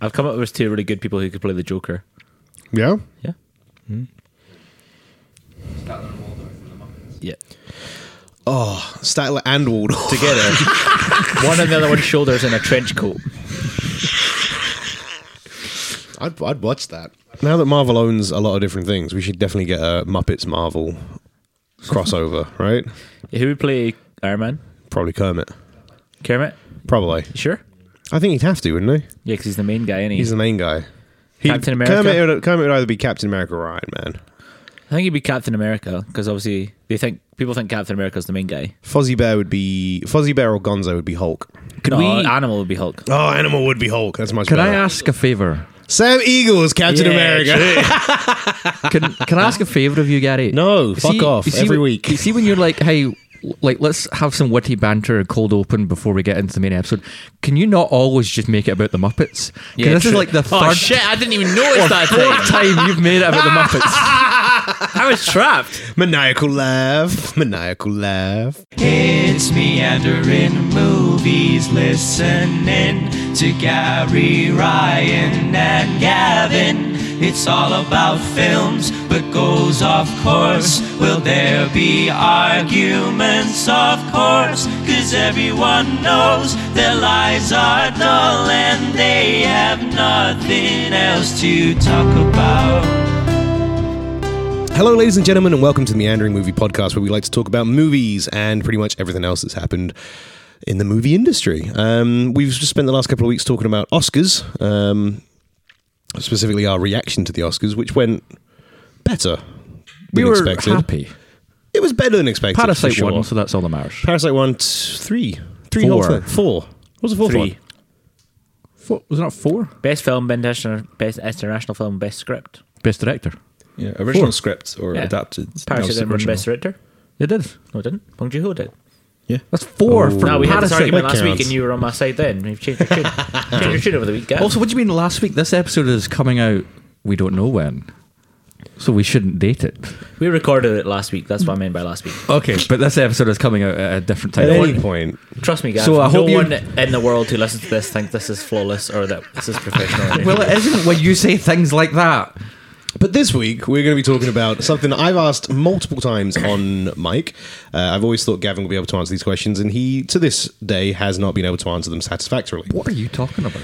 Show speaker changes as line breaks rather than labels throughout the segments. I've come up with two really good people who could play the Joker.
Yeah.
Yeah. Hmm. Yeah.
Oh, Statler and Waldorf.
Together. one on the other one's shoulders in a trench coat.
I'd, I'd watch that. Now that Marvel owns a lot of different things, we should definitely get a Muppets Marvel crossover, right?
Who would play Iron Man?
Probably Kermit.
Kermit?
Probably.
You sure?
I think he'd have to, wouldn't he?
Yeah, because he's the main guy, and
He's
he's.
the main guy. He'd-
Captain America?
Kermit would, Kermit would either be Captain America or Iron Man.
I think he'd be Captain America because obviously they think people think Captain America's the main guy.
Fozzie Bear would be Fozzie Bear or Gonzo would be Hulk.
Could
we-
Animal would be Hulk.
Oh, Animal would be Hulk. That's much
Can I
better.
ask a favor?
Sam Eagle is Captain
Yeah,
America.
Can Can I ask a favor of you, Gary?
No,
You
fuck off,
you
every
when-
week.
You see, when you're like, hey, like let's have some witty banter, cold open before we get into the main episode. Can you not always just make it about the Muppets? 'Cause this is like the
Oh
third
shit! I didn't even notice that.
fourth time you've made it about the Muppets.
I was trapped.
maniacal laugh. Maniacal laugh.
It's meandering movies, listening to Gary Ryan and Gavin. It's all about films, but goes off course. Will there be arguments? Of course, cause everyone knows their lies are dull and they have nothing else to talk about.
Hello, ladies and gentlemen, and welcome to the Meandering Movie Podcast, where we like to talk about movies and pretty much everything else that's happened in the movie industry. Um, we've just spent the last couple of weeks talking about Oscars, um, specifically our reaction to the Oscars, which went better
We
than
were
expected.
happy.
It was better than expected. for
Parasite
sure.
won, so that's all that matters.
Parasite one, t- three, three,
Four.
whole thing. four. What's the fourth
Three.
one?
Four, was it not four?
Best film, best international, best international film, best script.
Best director.
Yeah, original
Four.
script or
Yeah.
adapted. No,
Parasite
it's
didn't win
original.
best director.
It did.
No, it didn't. Bong Joon Ho did.
Yeah.
That's four for
Oh. No, we had this
Parasite.
argument last
counts.
week, and you were on my side then. We've changed your tune. changed your tune over the week, guys.
Also, what do you mean last week? This episode is coming out. We don't know when, so we shouldn't date it.
we recorded it last week. That's what I meant by last week.
Okay, but this episode is coming out at a different
At
time.
any point,
Trust me, guys.
So I
no
hope you-
one in the world who listens to this thinks this is flawless or that this is professional.
well, it isn't when you say things like that.
But this week, we're going to be talking about something that I've asked multiple times on Mike. Uh, I've always thought Gavin would be able to answer these questions, and he, to this day, has not been able to answer them satisfactorily.
What are you talking about?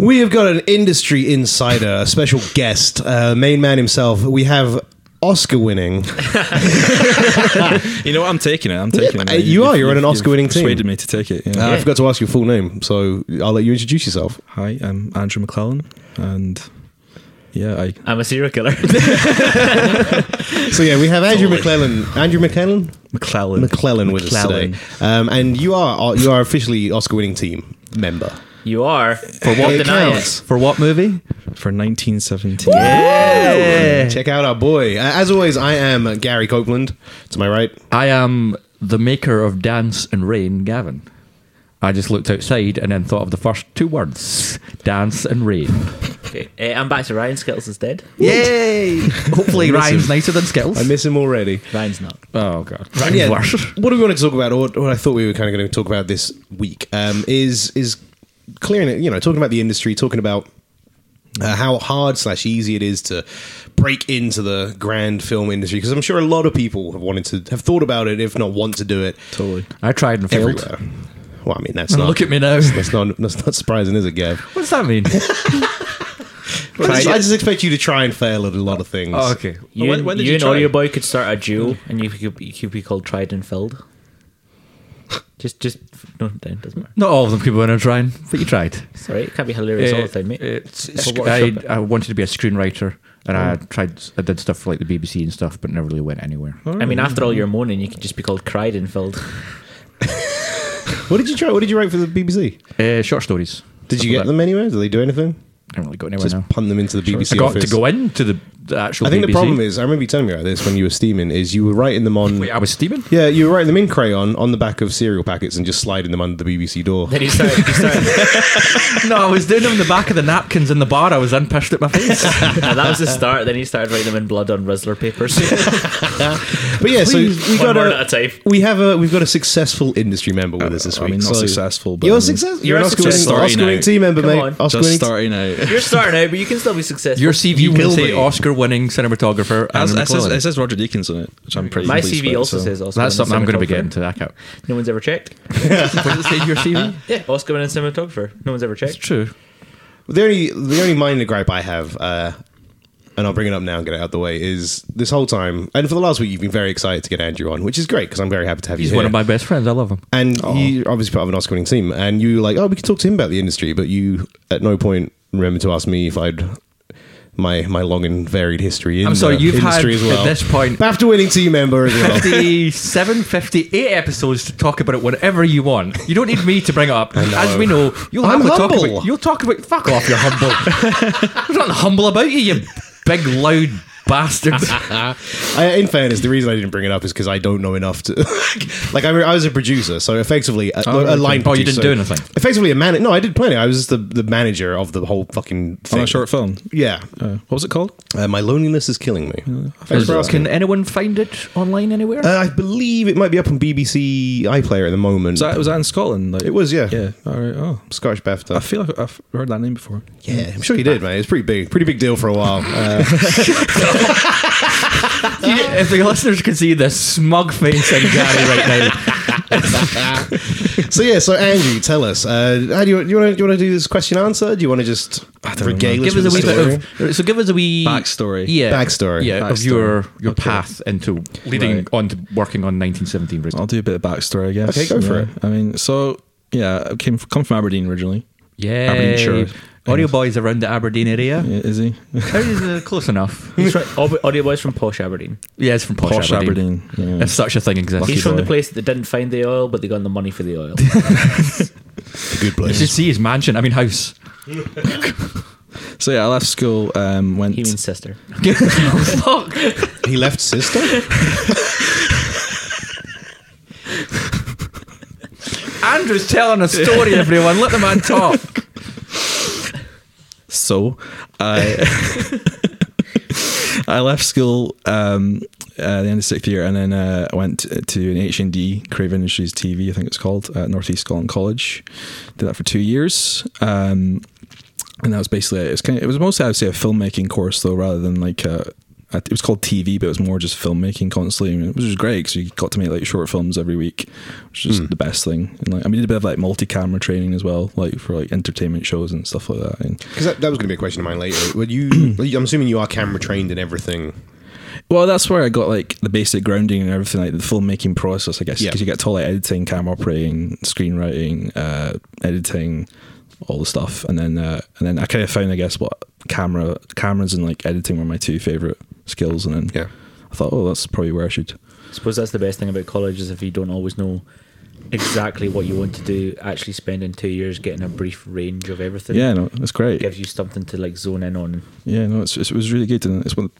We have got an industry insider, a special guest, uh, main man himself. We have Oscar winning. Uh,
You know what? I'm taking it. I'm taking it.
uh, you are, you're on an
you've
Oscar-winning team.
Persuaded me to take it. Yeah.
I forgot to ask your full name, so I'll let you introduce yourself.
Hi, I'm Andrew McClellan, and yeah, I
I'm a serial killer.
So yeah, we have Andrew McClellan. Andrew McClellan,
McClellan.
McClellan with
McClellan.
us today, um, and you are you are officially Oscar-winning team member.
you are. For
what
deny
counts.
it.
For what movie?
for 1917.
Check out our boy. Uh, as always, I am Gary Copeland. To my right,
I am the maker of Dance and Rain, Gavin. I just looked outside and then thought of the first two words Dance and Rain.
Okay. Uh, I'm back to Ryan Skittles instead.
Yay! Hopefully, Ryan's
him.
nicer than Skittles.
I miss him already.
Ryan's not.
oh, God.
And
Ryan's
yeah,
worse.
what do we want to talk about, or what I thought we were kind of going to talk about this week, um, is is clearing it. You know, talking about the industry, talking about uh, how hard slash easy it is to break into the grand film industry. Because I'm sure a lot of people have wanted to have thought about it, if not want to do it
Totally.
I tried and failed.
everywhere. Well, I mean, that's
And
not
look at me now.
That's not that's not surprising, is it, Gav?
What's that mean?
I just, I just expect you to try and fail at a lot of things.
oh, okay.
You,
when-
and-
when did
you
you
and
try?
Audio Boy could start a duel, and you could, you could be called Tried and Filled. Just, just no, it doesn't matter.
Not all of them could win a trying, but you tried.
Sorry, it can't be hilarious all the
Uh,
time, mate.
it's-
It's
sc-
a
I,
workshop.
I wanted to be a screenwriter, and I tried. I did stuff for like the BBC and stuff, but never really went anywhere.
I mean, after all your moaning, you could just be called Cried and Filled.
What did you try? What did you write for the BBC?
Uh, short stories.
Did
Stuff
you
like
get
that.
them anywhere? Did they do anything?
I haven't really got anywhere
Just
now.
punt them into the BBC
I got
office.
to go into the the actual.
I think the
BBC.
problem is, I remember you telling me about this when you were steaming, is you were writing them on.
Wait, I was steaming.
yeah, you were writing them in crayon on the back of cereal packets and just sliding them under the BBC door.
Then he started, he started
no, I was doing them in the back of the napkins in the bar. I was unpissed at my face.
and that was the start. Then he started writing them in blood on Rizzler papers.
But yeah, so
Please,
we
one
got
word
a,
at a time.
We have a we've got a successful industry member with us this
I
week.
mean, not
so-
successful, but
you're
I mean-
successful.
You're
You're an Oscar winning,
starting
Oscar winning
out.
team member,
Come
mate.
on.
Oscar
Just
winning.
starting out.
You're starting out, but you can still be successful.
Your CV
You
will
will
say
be.
Oscar-winning cinematographer.
As,
Andrew
it, says,
McClellan.
it says Roger Deakins on it, which I'm pretty.
My
pleased
CV
with,
also
so.
says Oscar.
That's
winning
something I'm going to be
cinematographer.
getting to. That out.
No one's ever checked.
What does it say in your CV?
Yeah, Oscar winning cinematographer. No one's ever
It's
checked.
true.
The only the only minor gripe I have, uh, and I'll bring it up now and get it out of the way, is this whole time, and for the last week, you've been very excited to get Andrew on, which is great because I'm very happy to have
He's
you.
one
here.
of my best friends. I love him.
And you obviously part of an Oscar winning team, and you were like, oh, we could talk to him about the industry, but you at no point remember to ask me if I'd. My, my long and varied history in
I'm sorry,
the
you've had,
industry as
at
well.
this point-
BAFTA winning team member as well.
57, 58 episodes to talk about it whenever you want. You don't need me to bring it up. As we know, you'll
I'm
have to talk
humble.
about. You'll talk about. Fuck off, you're humble. There's nothing humble about you, you big loud bastard.
I, in fairness, the reason I didn't bring it up is because I don't know enough to. like, I, re- I was a producer, so effectively a,
Oh,
a
okay.
line.
Oh, you didn't
producer.
do anything?
Effectively, a man. No, I did plenty. I was just the, the manager of the whole fucking
Oh,
thing.
On a short film.
Yeah,
Uh, what was it called?
uh, my loneliness is killing me. Thanks for asking.
Can anyone find it online anywhere?
Uh, I believe it might be up on BBC iPlayer at the moment.
Was that, was that in Scotland? Like,
It was, yeah.
Yeah. All right. Oh,
Scottish
I
BAFTA.
feel like I've heard that name before.
Yeah, I'm sure you did, man. It was pretty big, pretty big deal for a while. Uh,
You- if the listeners could see the smug face in Gary right now,
so yeah, so Andrew, tell us, uh, how do you, do you want to do this question answer? Do you want to just
don't
regale
know.
us
give
with
us a
the
wee
story?
bit of. uh, So give us a wee
Backstory.
Yeah,
Backstory.
Yeah, of
Backstory.
your your
Okay.
path into leading
Right.
on to working on 1917. Rizzler.
I'll do a bit of backstory, I guess.
Okay, go for
Yeah.
it.
I mean, so yeah, I came come from Aberdeen originally.
Yeah,
Aberdeenshire.
Audio boys around the Aberdeen area.
Yeah, Is he?
How is it uh, close enough?
He's from, Aub- audio boys from Posh Aberdeen.
Yeah, it's from posh,
Posh
Aberdeen.
Aberdeen. Yeah.
If such a thing exists,
Lucky
He's from the
boy.
place that didn't find the oil, but they got the money for the oil.
Good
you
place.
should see his mansion. I mean, house.
So yeah, I left school. Um, went.
He means sister.
Fuck.
He left sister.
Andrew's telling a story. Everyone, let the man talk.
So I I left school um, at the end of sixth year, and then uh, I went t- to an H and D Crave Industries TV, I think it's called, at Northeast Scotland College. Did that for two years. Um, and that was basically it. It was, kind of, it was mostly, I would say, a filmmaking course though, rather than like a, a- it was called TV, but it was more just filmmaking constantly, and it was just great because you got to make like short films every week, which is the best thing. And like, I mean, did a bit of like multi-camera training as well, like for like entertainment shows and stuff like that. And
Because that, that was going to be a question of mine later. Would you? I'm assuming you are camera trained and everything.
Well, that's where I got like the basic grounding and everything, like the filmmaking process, I guess,
Yeah.
because you get taught like editing, camera operating, screenwriting, uh, editing, all the stuff, and then uh, and then I kind of found, I guess, what camera, cameras, and like editing were my two favorite skills, and then
Yeah.
I thought, oh, that's probably where I should.
I suppose that's the best thing about college is if you don't always know exactly what you want to do, actually spending two years getting a brief range of everything
Yeah, no, it's great.
gives you something to like zone in on.
Yeah, no, it's, it's, it was really good, and it's one of the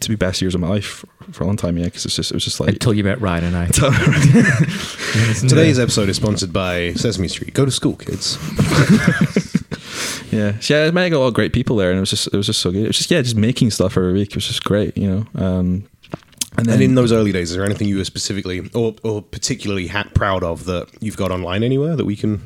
to be best years of my life for a long time. Yeah, because it's just it was just like
Until you met Ryan and I.
Today's episode is sponsored by Sesame Street. Go to school, kids.
Yeah, so, yeah. I met a lot of great people there, and it was just it was just so good. It was just yeah, just making stuff every week. It was just great, you know. Um, and then
And in those early days, is there anything you were specifically or, or particularly ha- proud of that you've got online anywhere that we can?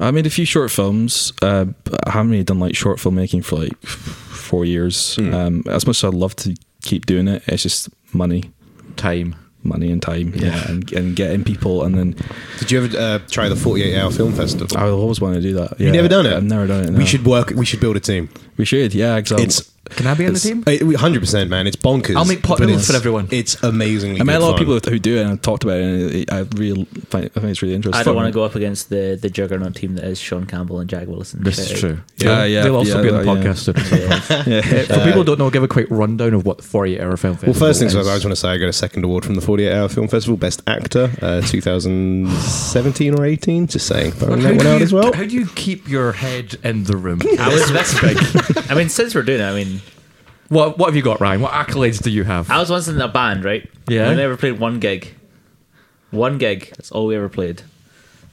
I made a few short films. Uh, but I haven't really done like short filmmaking for like f- four years.
Hmm.
Um, as much as I'd love to keep doing it, it's just money,
Time.
money and time. Yeah, and, and getting people, and then
Did you ever uh, try the 48 hour film festival?
I always want to do that. Oh, Yeah,
You've never done it.
I've never done it. no. Oh.
We should work. We should build a team.
We should. Yeah, exactly.
It's
Can I be on the team?
hundred percent, man. It's bonkers.
I'll make pot
but
noodles
it's-
for everyone.
It's amazingly.
I met a
good
lot of
fun.
people who do it, and I've talked about it. And it, I really find I think it's really interesting.
I don't want to go up against the the juggernaut team that is Sean Campbell and Jack Willison.
This
Shout
is
out.
true.
Yeah, yeah,
They'll also
yeah,
be on the
yeah.
podcast soon.
Yeah.
For people who don't know, give a quick rundown of what the 48 hour film
Well,
festival
first things
is.
first, I just want to say I got a second award from the 48 Hour Film Festival, Best Actor, uh, 2017 or 18. Just saying,
But
throwing
how
that one
do
out
you-
as well.
How do you keep your head in the room?
I was that's big. I mean, since we're doing it, I mean,
What What have you got, Ryan? What accolades do you have?
I was once in a band, right?
Yeah.
I never played one gig. One gig. That's all we ever played.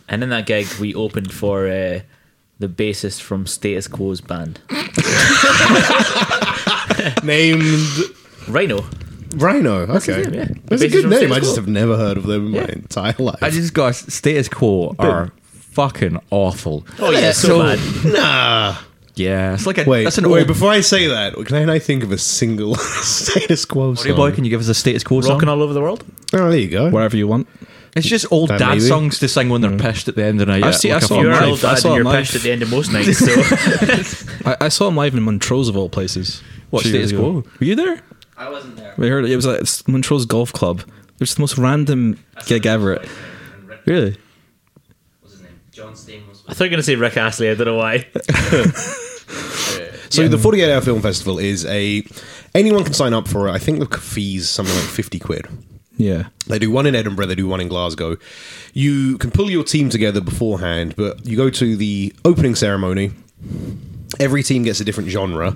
And in that gig, we opened for uh, the bassist from Status Quo's band,
Named
Rhino.
Rhino. Okay. That's,
name, yeah.
a
Basically
good
from
name.
Status
I just
Quo.
have never heard of them in my
Yeah.
entire life.
I just got status quo are fucking awful.
Oh yeah, so,
So-
bad.
nah.
Yeah, it's like a
Wait,
That's an
wait.
old
Before I say that, can I think of a single status quo
Sorry,
song?
boy. Can you give us a status quo song?
Rocking all over the world.
oh, there you go.
Whatever you want.
It's just old
That
dad
maybe.
songs to sing when they're pissed at the end of the night.
I
at,
see-
like
I
a
saw
fucking
a
You're an
live.
old
I
dad
saw
and
him
you're
live.
pissed at the end of most nights. So
I, I saw him live in Montrose of all places.
What,
Two years
status
ago.
quo?
Were you there?
I wasn't there.
We heard it. It was at s- Montrose Golf Club. It was the most random gig ever. Really?
What's his name? John Stamos.
I thought you were gonna say Rick Astley. I don't know why.
So the 48 Hour Film Festival is a anyone can sign up for it. I think the fees something like 50 quid.
Yeah.
They do one in Edinburgh, they do one in Glasgow. You can pull your team together beforehand, but you go to the opening ceremony. Every team gets a different genre,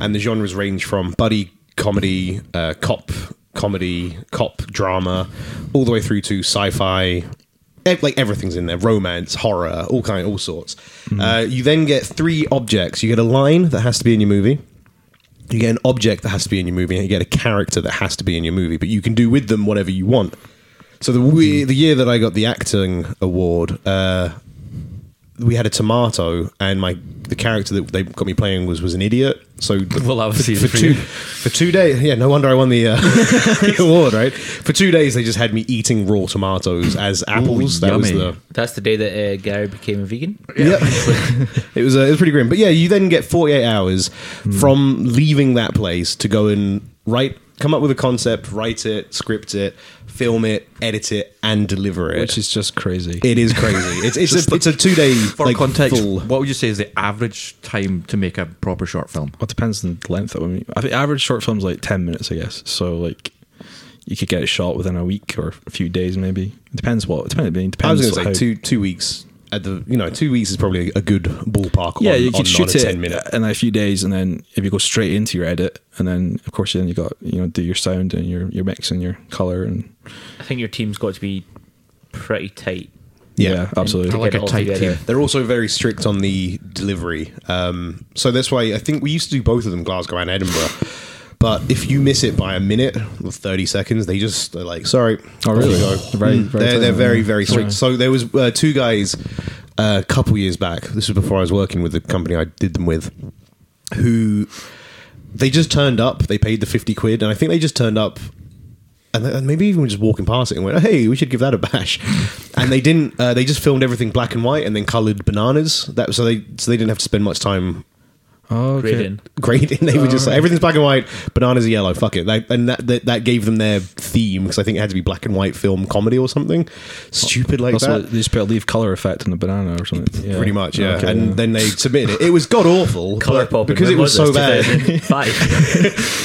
and the genres range from buddy comedy, uh, cop comedy, cop drama, all the way through to sci-fi. Ev- Like everything's in there, romance, horror, all kind, all sorts. Uh, you then get three objects. You get a line that has to be in your movie you get an object that has to be in your movie, and you get a character that has to be in your movie, but you can do with them whatever you want. So the
Hmm.
we- the year that I got the acting award, uh, we had a tomato, and my the character that they got me playing was was an idiot. So the-
Well, obviously,
for,
for
for
you.
two for two days, yeah, no wonder I won the, uh, the award, right? For two days, they just had me eating raw tomatoes as apples. that was
yummy.
the
That's the day that uh, Gary became a vegan.
Yep. it was uh, it was pretty grim. But yeah, you then get 48 hours
Hmm.
from leaving that place to go and write come up with a concept, write it, script it, film it, edit it and deliver it.
Which is just crazy.
it is crazy. It's it's a, it's a 2-day
For
like
context,
full-
what would you say is the average time to make a proper short film?
Well, it depends on the length of it. I think average short film's like 10 minutes, I guess. So, like, you could get it shot within a week or a few days, maybe. It depends what. It depends. It depends
I was going
how-
to say 2 2 weeks at the you know, 2 weeks is probably a good ballpark
Yeah,
on,
you
on- on
could shoot
a
it uh,
10 minute.
in a few days, and then if you go straight into your edit, and then of course then you got you know do your sound and your your mix and your color and
I think your team's got to be pretty tight.
yeah,
yeah.
absolutely.
To
Like
get it
a
all
tight
together.
team.
They're also very strict on the delivery. Um, so that's why I think we used to do both of them, Glasgow and Edinburgh. But if you miss it by a minute or 30 seconds, they just, they're like, sorry.
Oh,
off
really?
you go.
They're very-
Mm.
very
they're,
tight
they're
on
very,
that.
very strict. So there was uh, two guys uh, a couple years back. This was before I was working with the company I did them with who they just turned up. They paid the 50 quid. And I think they just turned up and, th- and maybe even just walking past it and went, "Hey, we should give that a bash." And they didn't. Uh, they just filmed everything black and white and then colored bananas. That so they so they didn't have to spend much time
Oh,
Great
okay.
in.
grading. They were just like, everything's black and white, bananas are yellow. Fuck it. That, and that, that that gave them their theme because I think it had to be black and white film comedy or something stupid like
Also,
that.
they just put a leaf color effect on the banana or something. Yeah.
Pretty much, yeah.
Okay,
and
yeah.
then they submitted it. It was god awful
Color
but-
pop
because it was so bad.
Five.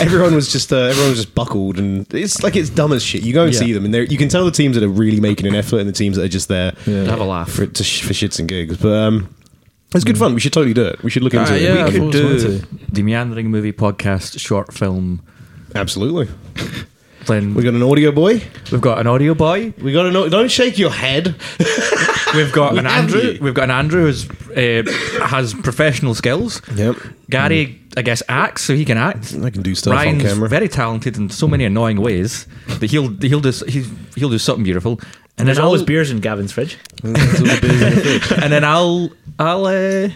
everyone was just uh, everyone was just buckled, and it's like it's dumb as shit. You go and
Yeah.
see them, and they're- you can tell the teams that are really making an effort, and the teams that are just there
Yeah.
To have a laugh.
for, to sh- for shits and gigs. But um, it's good fun. We should totally do it. We should look into
Ah,
it.
yeah,
We
I've
could-
always
do
wanted
the meandering movie podcast short film.
absolutely.
Then
We got an audio boy.
we've got an audio boy.
We got an. au- Don't shake your head.
We've got an
have
Andrew.
you.
We've got an Andrew who's uh, has professional skills.
Yep.
Gary, I guess, acts so he can act.
I can do stuff
Ryan's
on camera.
very talented in so many annoying ways that he'll he'll do he's, he'll do something beautiful. And
There's
then
always
I'll-
beers in Gavin's fridge.
and then I'll I'll uh,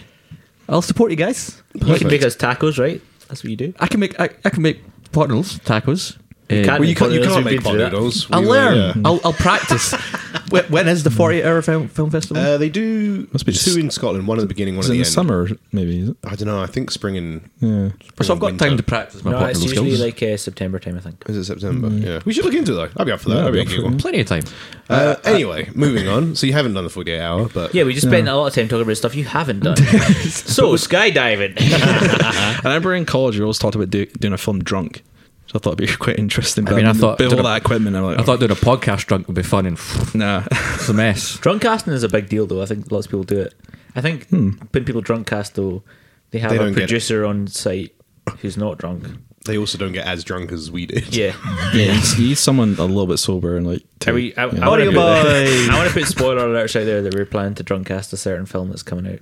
I'll support you guys.
You can make us tacos, right? That's what you do.
I can make I, I can make pot noodles, tacos. Uh,
can't-
well, you can't. You
We've
can't
been
make
through
pot
that.
noodles.
I'll
We-
learn.
yeah. Hmm.
I'll, I'll practice. when, when is the 48 hour film, film festival?
Uh, they do
Must be
two
just-
in Scotland, one at the beginning, one
Is
at
it
the
in the
end.
summer maybe? Is it?
I don't know. I think spring and
Yeah.
so I've got time to practice my
No,
pot
it's
noodle
usually
skills.
like uh, September time, I think.
Is it September? Yeah. We should look into it though. I'd be up for that. That'd be a
I'd Mm. be
good
up for
one.
Plenty of time.
Uh, anyway, moving on. So you haven't done the 48 hour, but
Yeah, we just spent a lot of time talking about stuff you haven't done. so skydiving.
I remember in college, you always talked about do, doing a film drunk. So I thought it'd be quite interesting. But
mean, I thought-
but
did
all
a-
that equipment, I'm like,
I thought doing a podcast drunk would be fun and
nah.
it's a mess.
drunk casting is a big deal, though. I think lots of people do it. I think when people drunk cast, though, Hmm. they have
They
a
don't get it.
producer on site who's not drunk.
They also don't get as drunk as we did.
Yeah.
Yeah, you need- you need someone a little bit sober and like. to-
Are we, I,
yeah.
I, want to put, I want to put spoiler alerts out there that we're planning to drunk cast a certain film that's coming out.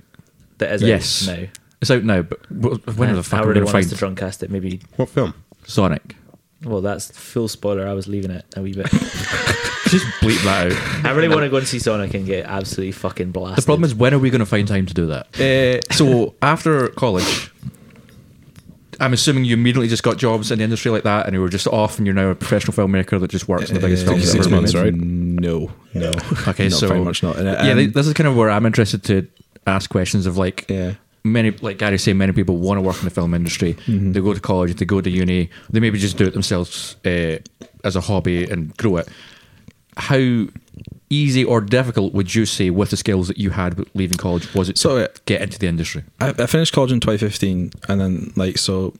That is
Yes.
out now.
It's out now, but w- when
And
the fuck
I
are we
really
going to
want us to
find
drunk cast it. Maybe.
What film?
Sonic?
Well, that's full spoiler. I was leaving it a wee bit.
Just bleep that out.
I really want to go and see Sonic and get absolutely fucking blasted.
The problem is, when are we going to find time to do that? so after college, I'm assuming you immediately just got jobs in the industry like that, and you were just off, and you're now a professional filmmaker that just works in the biggest
Uh,
films.
six
ever
months,
made.
right? No, no.
Okay,
Not
so
very much not. And, uh,
yeah,
um,
th- this is kind of where I'm interested to ask questions of like
Yeah.
many, like Gary saying, many people want to work in the film industry.
Mm-hmm.
They go to college, they go to uni, they maybe just do it themselves uh, as a hobby and grow it. How easy or difficult would you say with the skills that you had with leaving college was it
So, uh,
to get into the industry?
I, I finished college in 2015, and then like so.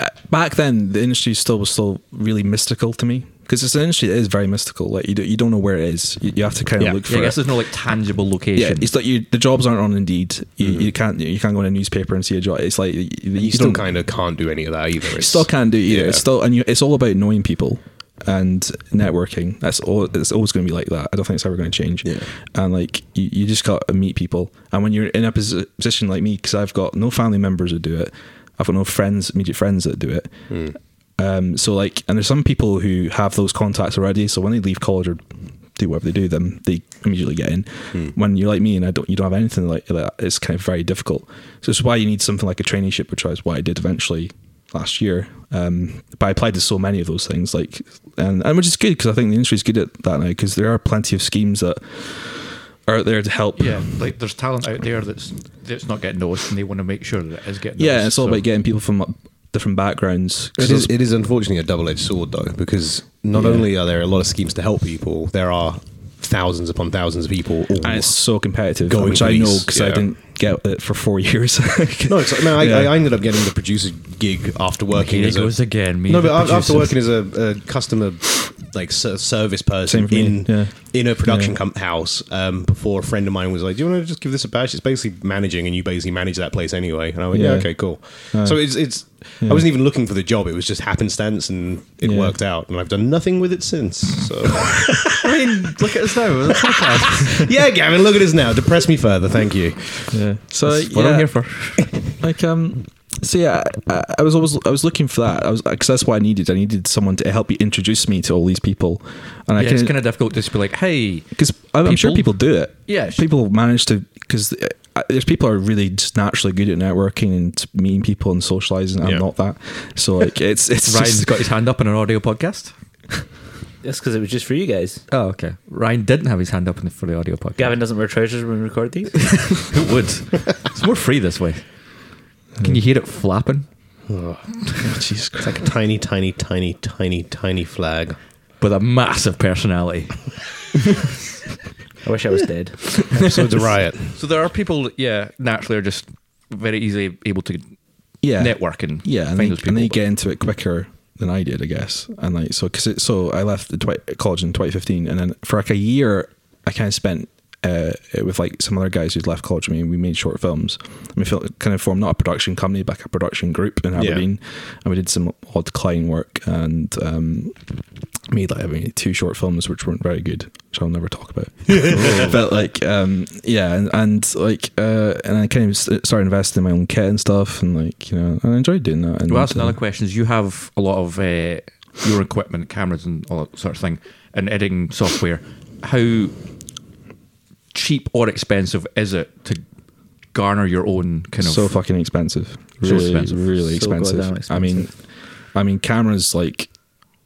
uh, Back then, the industry still was still really mystical to me because it's an industry that is very mystical. Like you, do, you don't know where it is. You, you have to kind of
Yeah,
look for.
I guess there's
it.
no like tangible
Yeah,
location. Mm-hmm.
it's like you, the jobs aren't on Indeed. You, you can't you can't go in a newspaper and see a job. It's like you,
You,
you
still
don't-
kind of can't do any of that either.
you
It's-
still can't do it either.
Yeah.
It's still and you, it's all about knowing people and networking. That's all. It's always going to be like that. I don't think it's ever going to change.
Yeah.
And like you, you just got to meet people. And when you're in a posi- position like me, because I've got no family members that do it, I've got no friends, immediate friends that do it. Um, so like, and there's some people who have those contacts already. So when they leave college or do whatever they do, then they immediately get in.
Hmm.
When you're like me and I don't, you don't have anything like that. It's kind of very difficult. So it's why you need something like a traineeship, which is what I did eventually last year. Um, but I applied to so many of those things, like, and, and which is good because I think the industry's good at that now because there are plenty of schemes that are out there to help.
Yeah, like there's talent out there that's that's not getting noticed, and they want to make sure that it is getting.
Yeah,
noticed,
it's all
so-
about getting people from uh, different backgrounds. 'Cause
It is,
that's-
it is unfortunately a double edged sword, though, because not
Yeah.
only are there a lot of schemes to help people, there are thousands upon thousands of people. All
and it's so competitive,
Going
which
for
I know
these,
because I
yeah.
didn't get it for four years.
no, it's, no I,
Yeah.
I ended up getting the producer gig after working.
Here
as
it goes
a,
again. Me
No,
and
but
the
af- after
producers.
working as a, a customer, like ser- service person
Same for me,
in
yeah.
in a production
Yeah.
com- house, um, before a friend of mine was like, "Do you want to just give this a bash?" It's basically managing, and you basically manage that place anyway. And I went, "Yeah,
Yeah.
okay, cool." so it's it's. I wasn't even looking for the job; it was just happenstance, and it
Yeah.
worked out. And I've done nothing with it since. So
I mean, look at us now.
yeah, Gavin, look at us now. Depress me further, thank you.
yeah. So
That's what
yeah,
I'm here for.
like um so yeah I, I was always i was looking for that i was because that's what i needed i needed someone to help you introduce me to all these people and
Yeah,
i
it's
can
kind of difficult to just be like, hey,
because I'm, I'm sure people
people-
do it
Yeah, sh-
people manage to because there's people are really just naturally good at networking and meeting people and socializing i'm
Yeah.
not that so like it's it's
Ryan's
just-
got his hand up in an audio podcast.
That's because it was just for you guys.
Oh, okay. Ryan didn't have his hand up in the, for the audio podcast.
Gavin doesn't wear trousers when we record these.
Who would? It's more free this way. Can you hear it flapping?
Jesus Christ. It's like a tiny, tiny, tiny, tiny, tiny flag.
With a massive personality.
I wish I was dead.
Episodes of riot.
So there are people, that, yeah, naturally are just very easily able to
yeah
network and
yeah, and
find
they,
those people.
and they
but-
get into it quicker than I did, I guess. And like so, cause it, so I left the twi- college in 2015, and then for like a year, I kind of spent uh, with like some other guys who'd left college. I mean, we made short films. And we felt kind of formed not a production company, but like a production group in Aberdeen, and we did some odd client work and um, made like I mean, two short films which weren't very good, which I'll never talk about.
Oh.
but like, um, yeah, and, and like, uh, and I kind of s- started investing in my own kit and stuff, and like, you know, and I enjoyed doing that. And,
Well, that's another
uh,
question. Is you have a lot of uh, your equipment, cameras, and all that sort of thing, and editing software. How cheap or expensive is it to garner your own kind of?
so fucking expensive.
So
Really,
expensive.
really
So
expensive.
goddamn
I mean,
expensive.
I mean, cameras like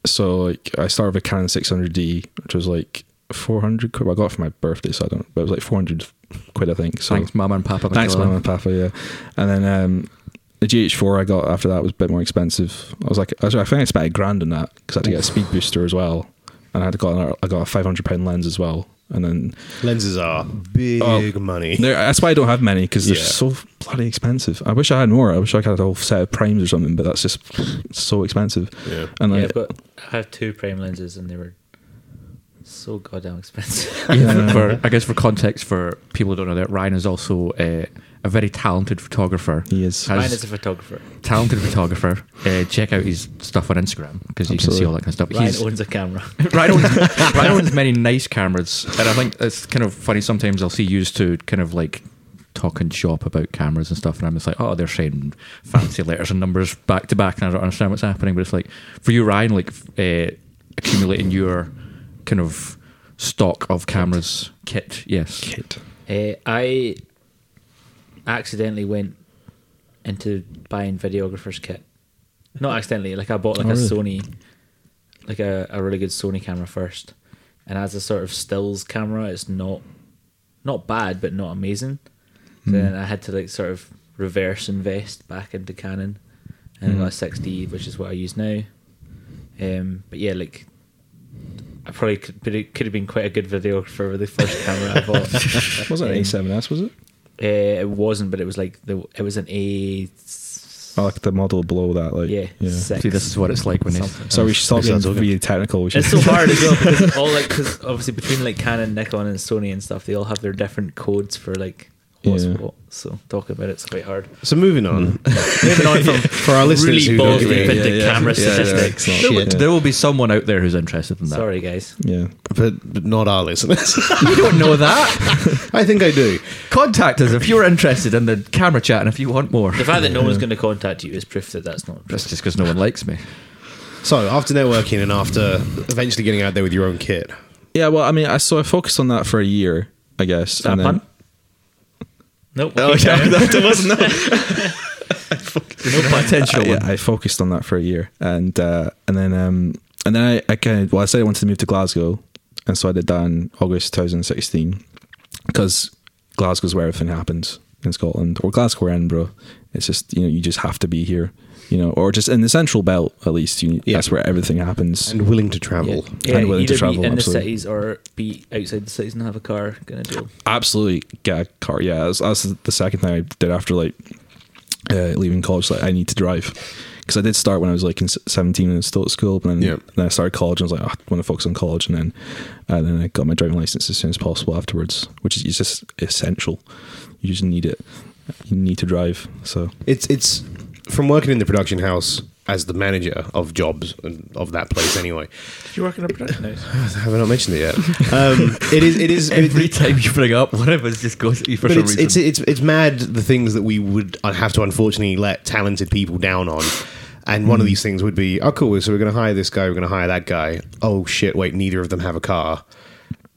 so. Like I started with a Canon 600D, which was like 400 quid. Well, I got it for my birthday, so I don't. But it was like 400 quid, I think. So
thanks, Mama and Papa.
Thanks,
Michaela.
Mama and Papa. Yeah, and then um, the GH4 I got after that was a bit more expensive. I was like, I was- I think I spent a grand on that because I had to get a speed booster as well, and I had got another, I got a 500 pound lens as well, and then
Lenses are big
Oh,
money.
They're- that's why I don't have many because they're
Yeah.
so bloody expensive. I wish I had more. I wish I had a whole set of primes or something, but that's just so expensive.
Yeah.
And
Yeah,
like,
I've got. I have two prime lenses, and they were so goddamn expensive.
for I guess for context for people who don't know that Ryan is also uh, a very talented photographer.
He is.
Has-
Mine is a photographer.
talented photographer. Uh, check out his stuff on Instagram because you can see all that kind of stuff.
Ryan
He's-
owns a camera.
Ryan owns, Ryan owns many nice cameras, and I think it's kind of funny. Sometimes I'll see used to kind of like talk and shop about cameras and stuff, and I'm just like, oh, they're saying fancy letters and numbers back to back, and I don't understand what's happening. But it's like for you, Ryan, like f- uh, accumulating your kind of stock of cameras kit. Yes,
Kid.
Uh, I accidentally went into buying videographer's kit. Not accidentally, like I bought like
Oh,
a
really?
Sony, like a, a really good Sony camera first, and as a sort of stills camera, it's not not bad, but not amazing. So Then I had to like sort of reverse invest back into Canon, and I got a 6D, which is what I use now. Um, but yeah, like I probably could, could have been quite a good videographer with the first camera I bought.
Was it an
Um,
A7S? Was it?
Uh, it wasn't, but it was like the it was an A.
I like the model below that. Like
Yeah, six.
see, this is what it's like when it's.
Something.
So we should stop being
Sounds okay.
really technical. We should
It's so hard as well because all like because obviously between like Canon, Nikon, and Sony and stuff, they all have their different codes for like what's
Yeah.
what. So talking about it's quite hard.
So moving on,
Moving on from
for our listeners
really
who don't
balls
give
deep
a-
into
yeah, yeah.
camera
Yeah, yeah,
statistics.
yeah.
There will-
Shit.
There will be someone out there who's interested in that.
Sorry, guys.
yeah.
but, but not our listeners.
you don't know that.
I think I do.
Contact us if you're interested in the camera chat and if you want more.
The fact that no one's going to contact you is proof that that's not.
That's just because no one likes me.
So after networking and after eventually getting out there with your own kit,
Yeah. Well, I mean, I so I focused on that for a year, I guess.
that
and
a
then-
pun? Nope.
Oh
okay,
yeah,
carry on.
that wasn't.
No potential.
yeah, I focused on that for a year, and uh, and then um, and then I, I kind of well, I said I wanted to move to Glasgow, and so I did that in August 2016, because Glasgow's where everything happens in Scotland, or Glasgow or Edinburgh. It's just you know you just have to be here, you know, or just in the central belt at least. You,
Yeah.
That's where everything happens.
and willing to travel.
Yeah,
And willing to
either
travel,
be in
absolutely.
the cities or be outside the cities and have a car. Gonna do.
absolutely get a car. Yeah, that's, that's the second thing I did after like uh, leaving college. Like, I need to drive because I did start when I was like in s- seventeen and I was still at school. But then,
Yeah.
then I started college and I was like, "Ah, I want to focus on college, and then and then I got my driving license as soon as possible afterwards, which is it's just essential. You just need it. You need to drive. So
It's it's from working in the production house as the manager of jobs and of that place anyway.
You working a production house?
Have I not mentioned it yet? Um, it is it is
Every
it-
time you bring up one of us just goes at you for
but
some
it's,
reason.
it's it's it's mad the things that we would have to unfortunately let talented people down on. And
Hmm.
one of these things would be, oh cool, so we're going to hire this guy, we're going to hire that guy. Oh shit, wait, neither of them have a car.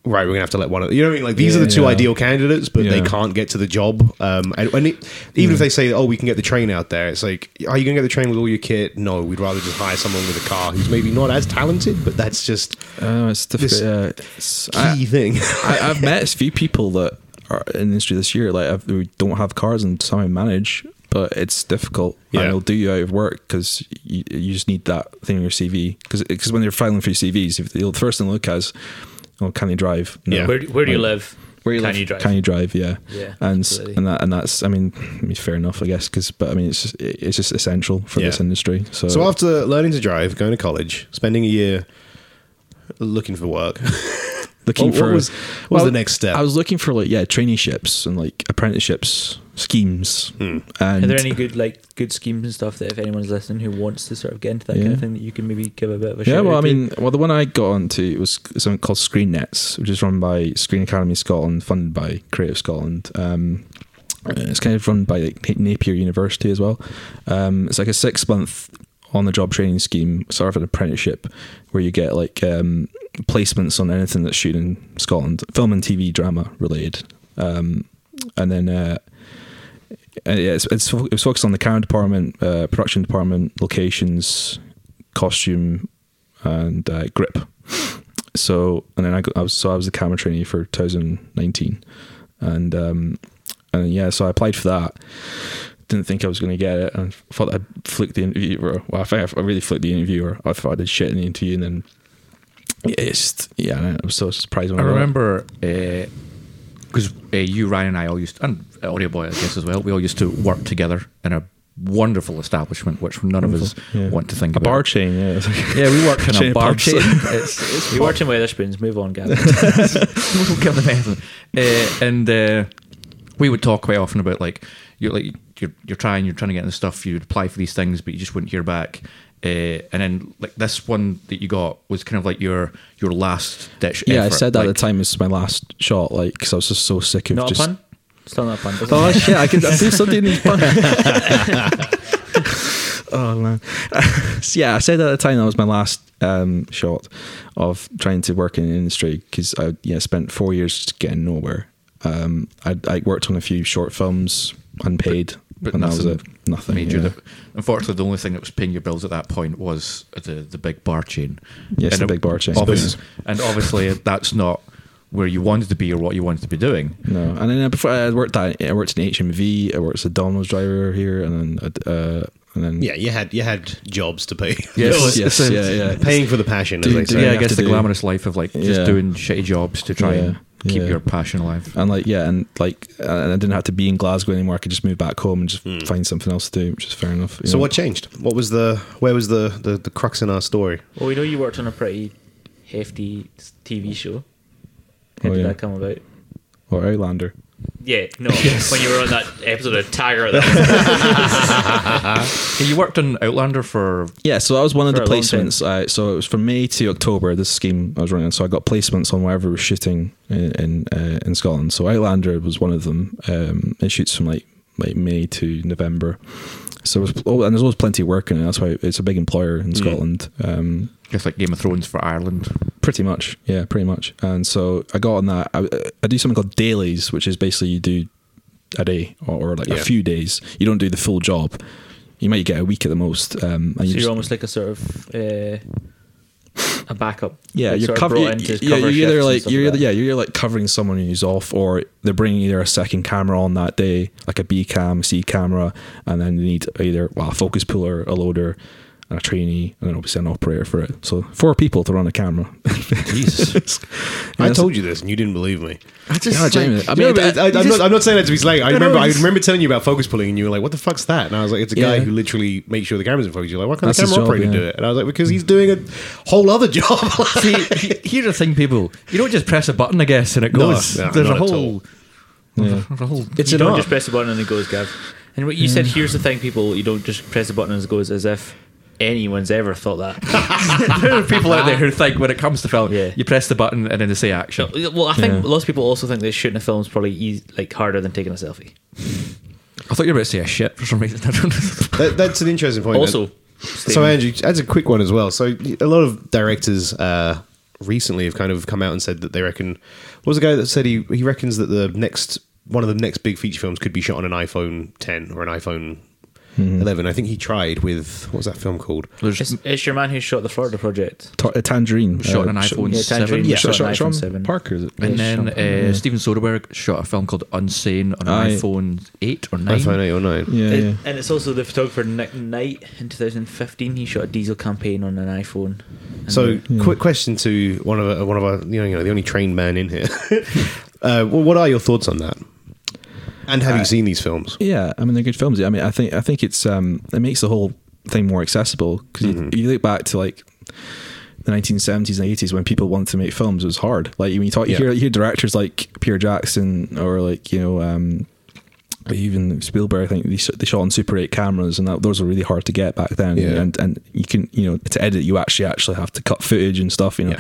Right, we're going to have to let one of you know what I mean. Like these are the two
Yeah.
ideal candidates, but they
Yeah. Hmm.
can't get to the job. Um, and, and it, even if they say, oh, we can get the train out there, it's like, are you going to get the train with all your kit? No, we'd rather just hire someone with a car who's maybe not as talented, but that's just
uh, it's
This-
difficult. Uh,
key thing.
I, I've met a few people that are in the industry this year, like I've, who don't have cars and somehow manage, but it's difficult.
Yeah.
And it'll do you out of work because you, you just need that thing in your CV. Because when they're filing for your CVs, if the first thing they look at is, oh, can they drive? No.
Yeah.
Where, where do you live?
Where you
Can
live-
you drive?
Can you drive? Yeah,
Yeah,
and
absolutely.
and that and that's. I mean, I mean, fair enough, I guess. Because but I mean, it's just, it's just essential for
Yeah.
this industry. So,
So after learning to drive, going to college, spending a year looking for work,
looking
What- what
for
was- what was the next step?
I was looking for like yeah, traineeships and like apprenticeships schemes.
Hmm.
And
Are there any good like good schemes and stuff that if anyone's listening who wants to sort of get into that kind
Yeah.
of thing that you can maybe give a bit of a
Yeah,
shout
well, I
out to?
mean, well, the one I got onto was something called Screen Nets, which is run by Screen Academy Scotland, funded by Creative Scotland. Um, it's kind of run by like, Na- Napier University as well. Um, it's like a six month on the job training scheme, sort of an apprenticeship, where you get like um, placements on anything that's shoot in Scotland, film and TV drama related. Um, and then uh, uh, yeah, it's, it's fo- it was focused on the camera department, uh, production department, locations, costume, and uh, grip. So and then I, got, I was so I was the camera trainee for 2019, and um, and yeah, so I applied for that. Didn't think I was going to get it, and thought I flicked the interviewer. Well, I think I really flicked the interviewer. I thought I did shit in the interview, and then it's just- yeah, and I was so surprised when
I
I got it.
remember because uh, you, Ryan, and I all used and Audio Boy, I guess as well. We all used to work together in a wonderful establishment, which none of us
Yeah.
want to think
a
about.
bar chain. Yeah, it's like-
Yeah, we worked in
Chain
a
of
bar
pubs.
chain. It's, it's
You're watching Weatherspoons. Move on, Gavin.
we'll give them anything. Uh, and uh, we would talk quite often about like you're like you're, you're trying you're trying to get into stuff you would apply for these things but you just wouldn't hear back uh, and then like this one that you got was kind of like your your last ditch
Yeah, I
effort,
said that at
like-
the time. It was my last shot, like, because I was just so sick of
Not
just.
a pun. Still not a pun. doesn't
Oh
it?
shit! I can I do something in these pun. oh man. So, yeah, I said at the time that was my last um, shot of trying to work in the industry because I yeah spent four years just getting nowhere. Um, I, I worked on a few short films, unpaid,
but
and that was
nothing
it. Nothing.
major.
yeah.
The- unfortunately, the only thing that was paying your bills at that point was the the big bar chain.
Yes, the
it-
big bar chain.
obvious- and obviously, that's not where you wanted to be or what you wanted to be doing.
No, and then uh, before I worked at I worked in HMV. I worked as a Domino's driver here, and then uh, and then
Yeah, you had you had jobs to pay.
yes, yes, yeah, yeah.
Paying for the passion, as they
So you
yeah,
say.
I
have
guess
to
the
do-
glamorous life of like just
Yeah.
doing shitty jobs to try and
Yeah,
keep
yeah. Uh,
your passion alive.
and like yeah and like uh, and i didn't have to be in glasgow anymore i could just move back home and
Hmm.
just find something else to do which is fair enough you
So
know.
what changed? What was the where was the the, the crux in our story?
Well, we know you worked on a pretty hefty s- TV show. How
Oh,
did
yeah.
that come about?
or outlander
Yeah, no. When you were on that episode of Tiger, that
Yeah, you worked on Outlander for
yeah so that was one of
For
the
a long time.
placements I, so it was from may to october this scheme i was running so i got placements on wherever we was shooting in in, uh, in scotland so outlander was one of them um it shoots from like like may to november so it was, oh, and there's always plenty of work in it. That's why it's a big employer in
Hmm.
Scotland. Um,
just like Game of Thrones for Ireland.
Pretty much, yeah, pretty much. And so I got on that. I, I do something called dailies, which is basically you do a day or, or like a
Yeah.
few days. You don't do the full job. You might get a week at the most. Um, and
so
you
you're
just-
almost like a sort of uh, a backup.
yeah,
Like,
you're
sort of
cover,
brought
yeah,
in to
yeah,
cover
you're
shifts
either
and
like
stuff
you're
like
either,
that.
yeah, you're either like covering someone who's off, or they're bringing either a second camera on that day, like a B cam, C camera, and then you need either well, a focus puller, a loader, and a trainee, and then obviously an operator for it. So four people to run a camera. Jesus,
I told you this, and you didn't believe me.
I just yeah, Jamie, I
I
mean,
mean,
I-
I, am not, I'm not saying that to be slang. I
No, no,
remember, I
it's-
remember telling you about focus pulling, and you were like, "What the fuck's that?" And I was like, "It's a guy
Yeah.
who literally makes sure the camera's in focus." You're like, "Why can't
That's
the
his
camera
job,
operator
yeah.
do it?" And I was like, "Because he's doing a whole other job."
See, he- here's the thing, people. You don't just press a button, I guess, and it
No,
goes.
no,
there's
not
a
at
whole.
all.
Yeah.
There's a whole.
it's
you
an
don't
art.
just press the button and it goes, Gav. And what you said, here's the thing, people. You don't just press the button and it goes, as if anyone's ever thought that.
there are people out there who think when it comes to film,
Yeah.
you press the button and then they say action.
well, I think
Yeah.
lots of people also think that shooting a film is probably eas like harder than taking a selfie.
I thought you were about to say a shit for some reason. I don't know.
That- that's an interesting point.
Also,
So, Andrew, that's a quick one as well. So, a lot of directors uh, recently have kind of come out and said that they reckon. What was the guy that said he he reckons that the next one of the next big feature films could be shot on an iPhone 10 or an iPhone
Hmm.
11? I think he tried with what was that film called?
it's, it's your man who shot the Florida Project.
Ta- a tangerine
Shot on
uh,
an
sh-
iPhone
Yeah, Tangerine
seven,
was
shot-
shot on
shot- shot
iPhone
on
seven.
Parker, is it?
and then
Shot-
uh, Steven Soderbergh shot a film called Unsane on an
Aye.
iPhone eight or nine.
iPhone 8 or 9.
yeah,
It-
yeah.
And it's also the photographer Nick Knight in 2015. He shot a diesel campaign on an iPhone. And
So, quick question to one of our- one of our you know, you know the only trained man in here. uh, well, what are your thoughts on that? And have
Uh,
you seen these films?
Yeah, I mean they're good films. I mean, I think I think it's um, it makes the whole thing more accessible because
Mm-hmm.
you, you look back to like the 1970s and 80s when people wanted to make films, it was hard. Like when you talk, you,
Yeah.
hear, you hear directors like Peter Jackson or like you know um, even Spielberg. I think they, sh- they shot on Super 8 cameras, and that, those were really hard to get back then.
Yeah.
And and you can you know to edit, you actually actually have to cut footage and stuff. You know,
Yeah.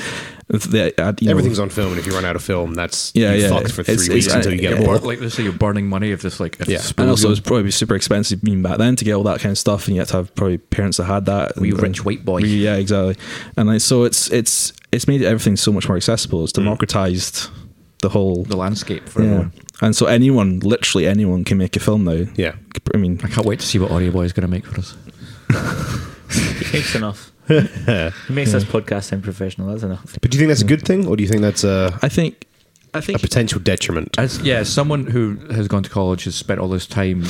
They add, you know-
Everything's on film, and if you run out of film, that's
Yeah,
you
yeah.
fucked for three
It's-
weeks
it's-
until you get
yeah.
bored.
Or-
uh, Like they say, you're burning money if this like if
Yeah.
it spills
And also, it
your-
was probably super expensive even back then to get all that kind of stuff, and you had to have probably parents that had that.
Wee
and-
rich white boy.
Wee- Yeah, exactly. And like, so it's it's it's made everything so much more accessible. It's democratized the whole.
Mm. the landscape for
yeah.
everyone.
And so anyone, literally anyone, can make a film now.
Yeah.
I mean,
I can't wait to see what Audio Boy is going to make for us.
he makes enough. he makes this podcast sound professional. That's enough.
But do you think that's a good thing, or do you think that's a,
Hmm. I think I
a
think
potential detriment?
As yeah, as someone who has gone to college has spent all this time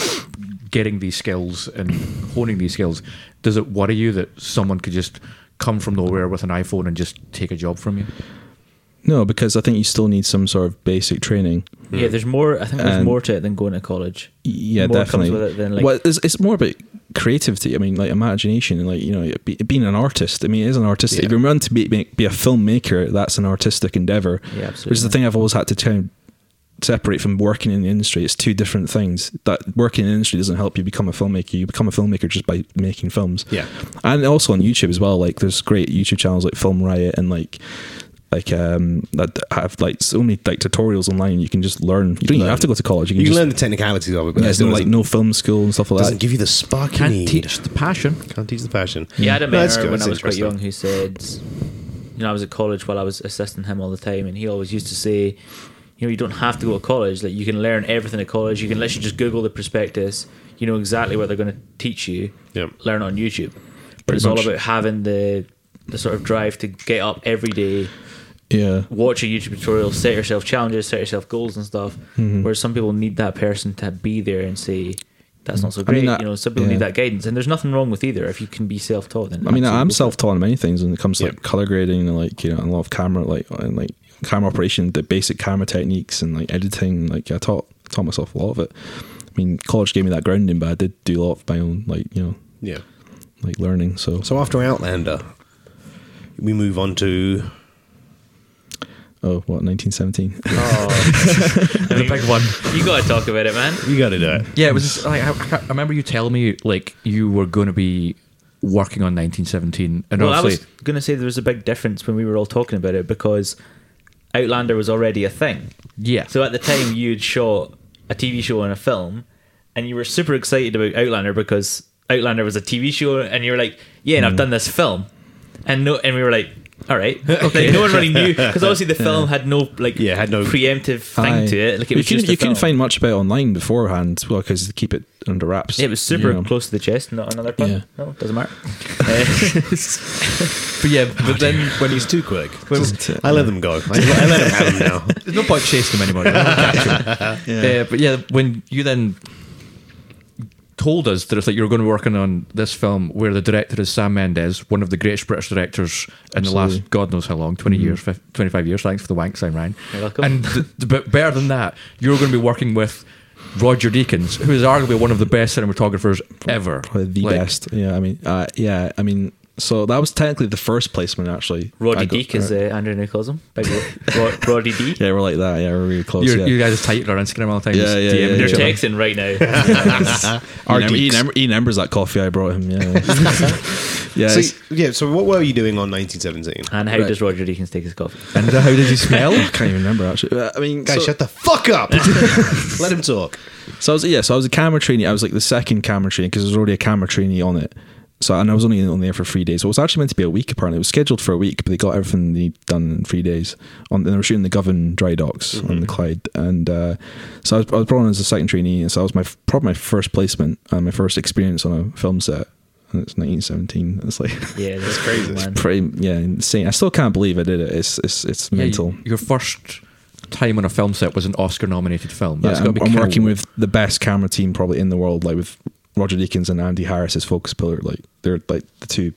getting these skills and honing these skills, does it worry you that someone could just come from nowhere with an iPhone and just take a job from you?
no, because I think you still need some sort of basic training.
Yeah, there's more. I think there's
And-
more to it than going to college.
Yeah,
More comes
definitely.
with it than, like-
well, it's, it's more about creativity. I mean, like imagination and like you know, be, being an artist. I mean, it is an artistic. If
Yeah.
you're meant to be, be be a filmmaker, that's an artistic endeavor.
Yeah,
Which is the
absolutely.
thing I've always had to try and separate from working in the industry. It's two different things. That working in the industry doesn't help you become a filmmaker. You become a filmmaker just by making films.
Yeah.
and also on YouTube as well. Like there's great YouTube channels like Film Riot and like. Like um, that have like so many like tutorials online. You can just learn. You don't even
learn.
have to go to college.
You can
just,
learn the technicalities of it, but
Yeah,
that
there's
still
no, like
doesn't,
no film school and stuff like
doesn't
that.
give you the spark you
Can't
need.
teach the passion.
Can't teach the passion.
Yeah, I had a
No,
mentor
that's good,
when
that's
I was quite
interesting.
young who said, you know, I was at college while I was assisting him all the time, and he always used to say, you know, you don't have to go to college. Like you can learn everything at college. You can literally just Google the prospectus. You know exactly what they're going to teach you.
Yep.
Learn on YouTube. But
Pretty
it's
much.
all about having the the sort of drive to get up every day,
Yeah,
watch a YouTube tutorial, set yourself challenges, set yourself goals and stuff.
Mm-hmm.
Whereas some people need that person to be there and say. That's not so
I mean,
great,
that-
you know. Some people
yeah.
need that guidance, and there's nothing wrong with either. If you can be self-taught, then
I mean,
absolutely
I'm
go for it.
self-taught on many things when it comes to like
Yep.
color grading and like you know, a lot of camera like and like camera operation, the basic camera techniques and like editing. Like I taught taught myself a lot of it. I mean, college gave me that grounding, but I did do a lot of my own like you know
Yeah.
like learning. So,
So after Outlander, we move on to
oh, what 1917?
the big one.
You gotta talk about it, man.
you got to do it.
Yeah, it was just, like I, I can't- I remember you telling me like you were going to be working on 1917, and
Well, I was
obviously
gonna say there was a big difference when we were all talking about it because Outlander was already a thing.
yeah.
So at the time, you'd shot a TV show and a film, and you were super excited about Outlander because Outlander was a TV show, and you were like, "Yeah,
Mm.
and I've done this film," and no, and we were like. All right. Like no one really knew because obviously the film had no like
Yeah, had no-
preemptive thing
Aye.
to it. Like it
you
was
couldn't,
just a
you couldn't
film.
find much about it online beforehand, well, because they keep it under wraps.
Yeah, it was super
you know.
close to the chest. Not another pun.
Yeah.
No, doesn't matter. Uh,
But yeah,
Oh,
but then when he's
It's too quick.
Just, uh,
I let them go. I, I let them have them now.
there's no point chasing him anymore. yeah. Uh, but yeah, when you then told us that it's like you were going to be working on this film where the director is Sam Mendes, one of the greatest British directors in the last God knows how long,
Mm-hmm.
20 years, fif- 25 years. Thanks for the wank sign, Ryan.
You're welcome.
And th- th- but better than that, you're going to be working with Roger Deakins, who is arguably one of the best cinematographers ever.
Probably the
Like,
best. Yeah, I mean, uh, yeah, I mean, so that was technically the first placement actually. I
Roddy
got-
Deek is uh, Andrew Nichols. him. Big Ro- Ro- Roddy D.
Yeah, we're like that. Yeah, we're really close.
you're-
yeah.
You guys are tight on Instagram all the time.
Yeah,
just
yeah,
DMing
yeah,
They're
each
yeah.
other.
texting right now.
Our
Ian
Ian,
Emmerich.
Em- Ian Ember's that coffee I brought him. Yeah, yeah.
So,
it's-
yeah. So what were you doing on 1917?
And how
Right.
does Roger Deakins take his coffee?
uh,
And how did you smell?
I can't even remember actually. Uh, I mean,
Guys,
so,
shut the fuck up. let him talk.
so I was yeah. So I was a camera trainee. I was like the second camera trainee because there was already a camera trainee on it. So and I was only on there for three days. So it was actually meant to be a week. Apparently, it was scheduled for a week, but they got everything they done in three days. On and they were shooting the Govan dry docks on
Mm-hmm.
the Clyde, and uh, so I was, I was brought on as a second trainee, and so that was my f- probably my first placement and my first experience on a film set. And it's 1917. It's like
Yeah, that's crazy, man.
pretty yeah insane. I still can't believe I did it. It's it's it's
Yeah,
mental.
y- your first time on a film set was an Oscar nominated film.
Yeah,
That's
I'm,
got to be
I'm
cool.
working with the best camera team probably in the world, like with Roger Deakins and Andy Harris as focus pillar. Like they're like the two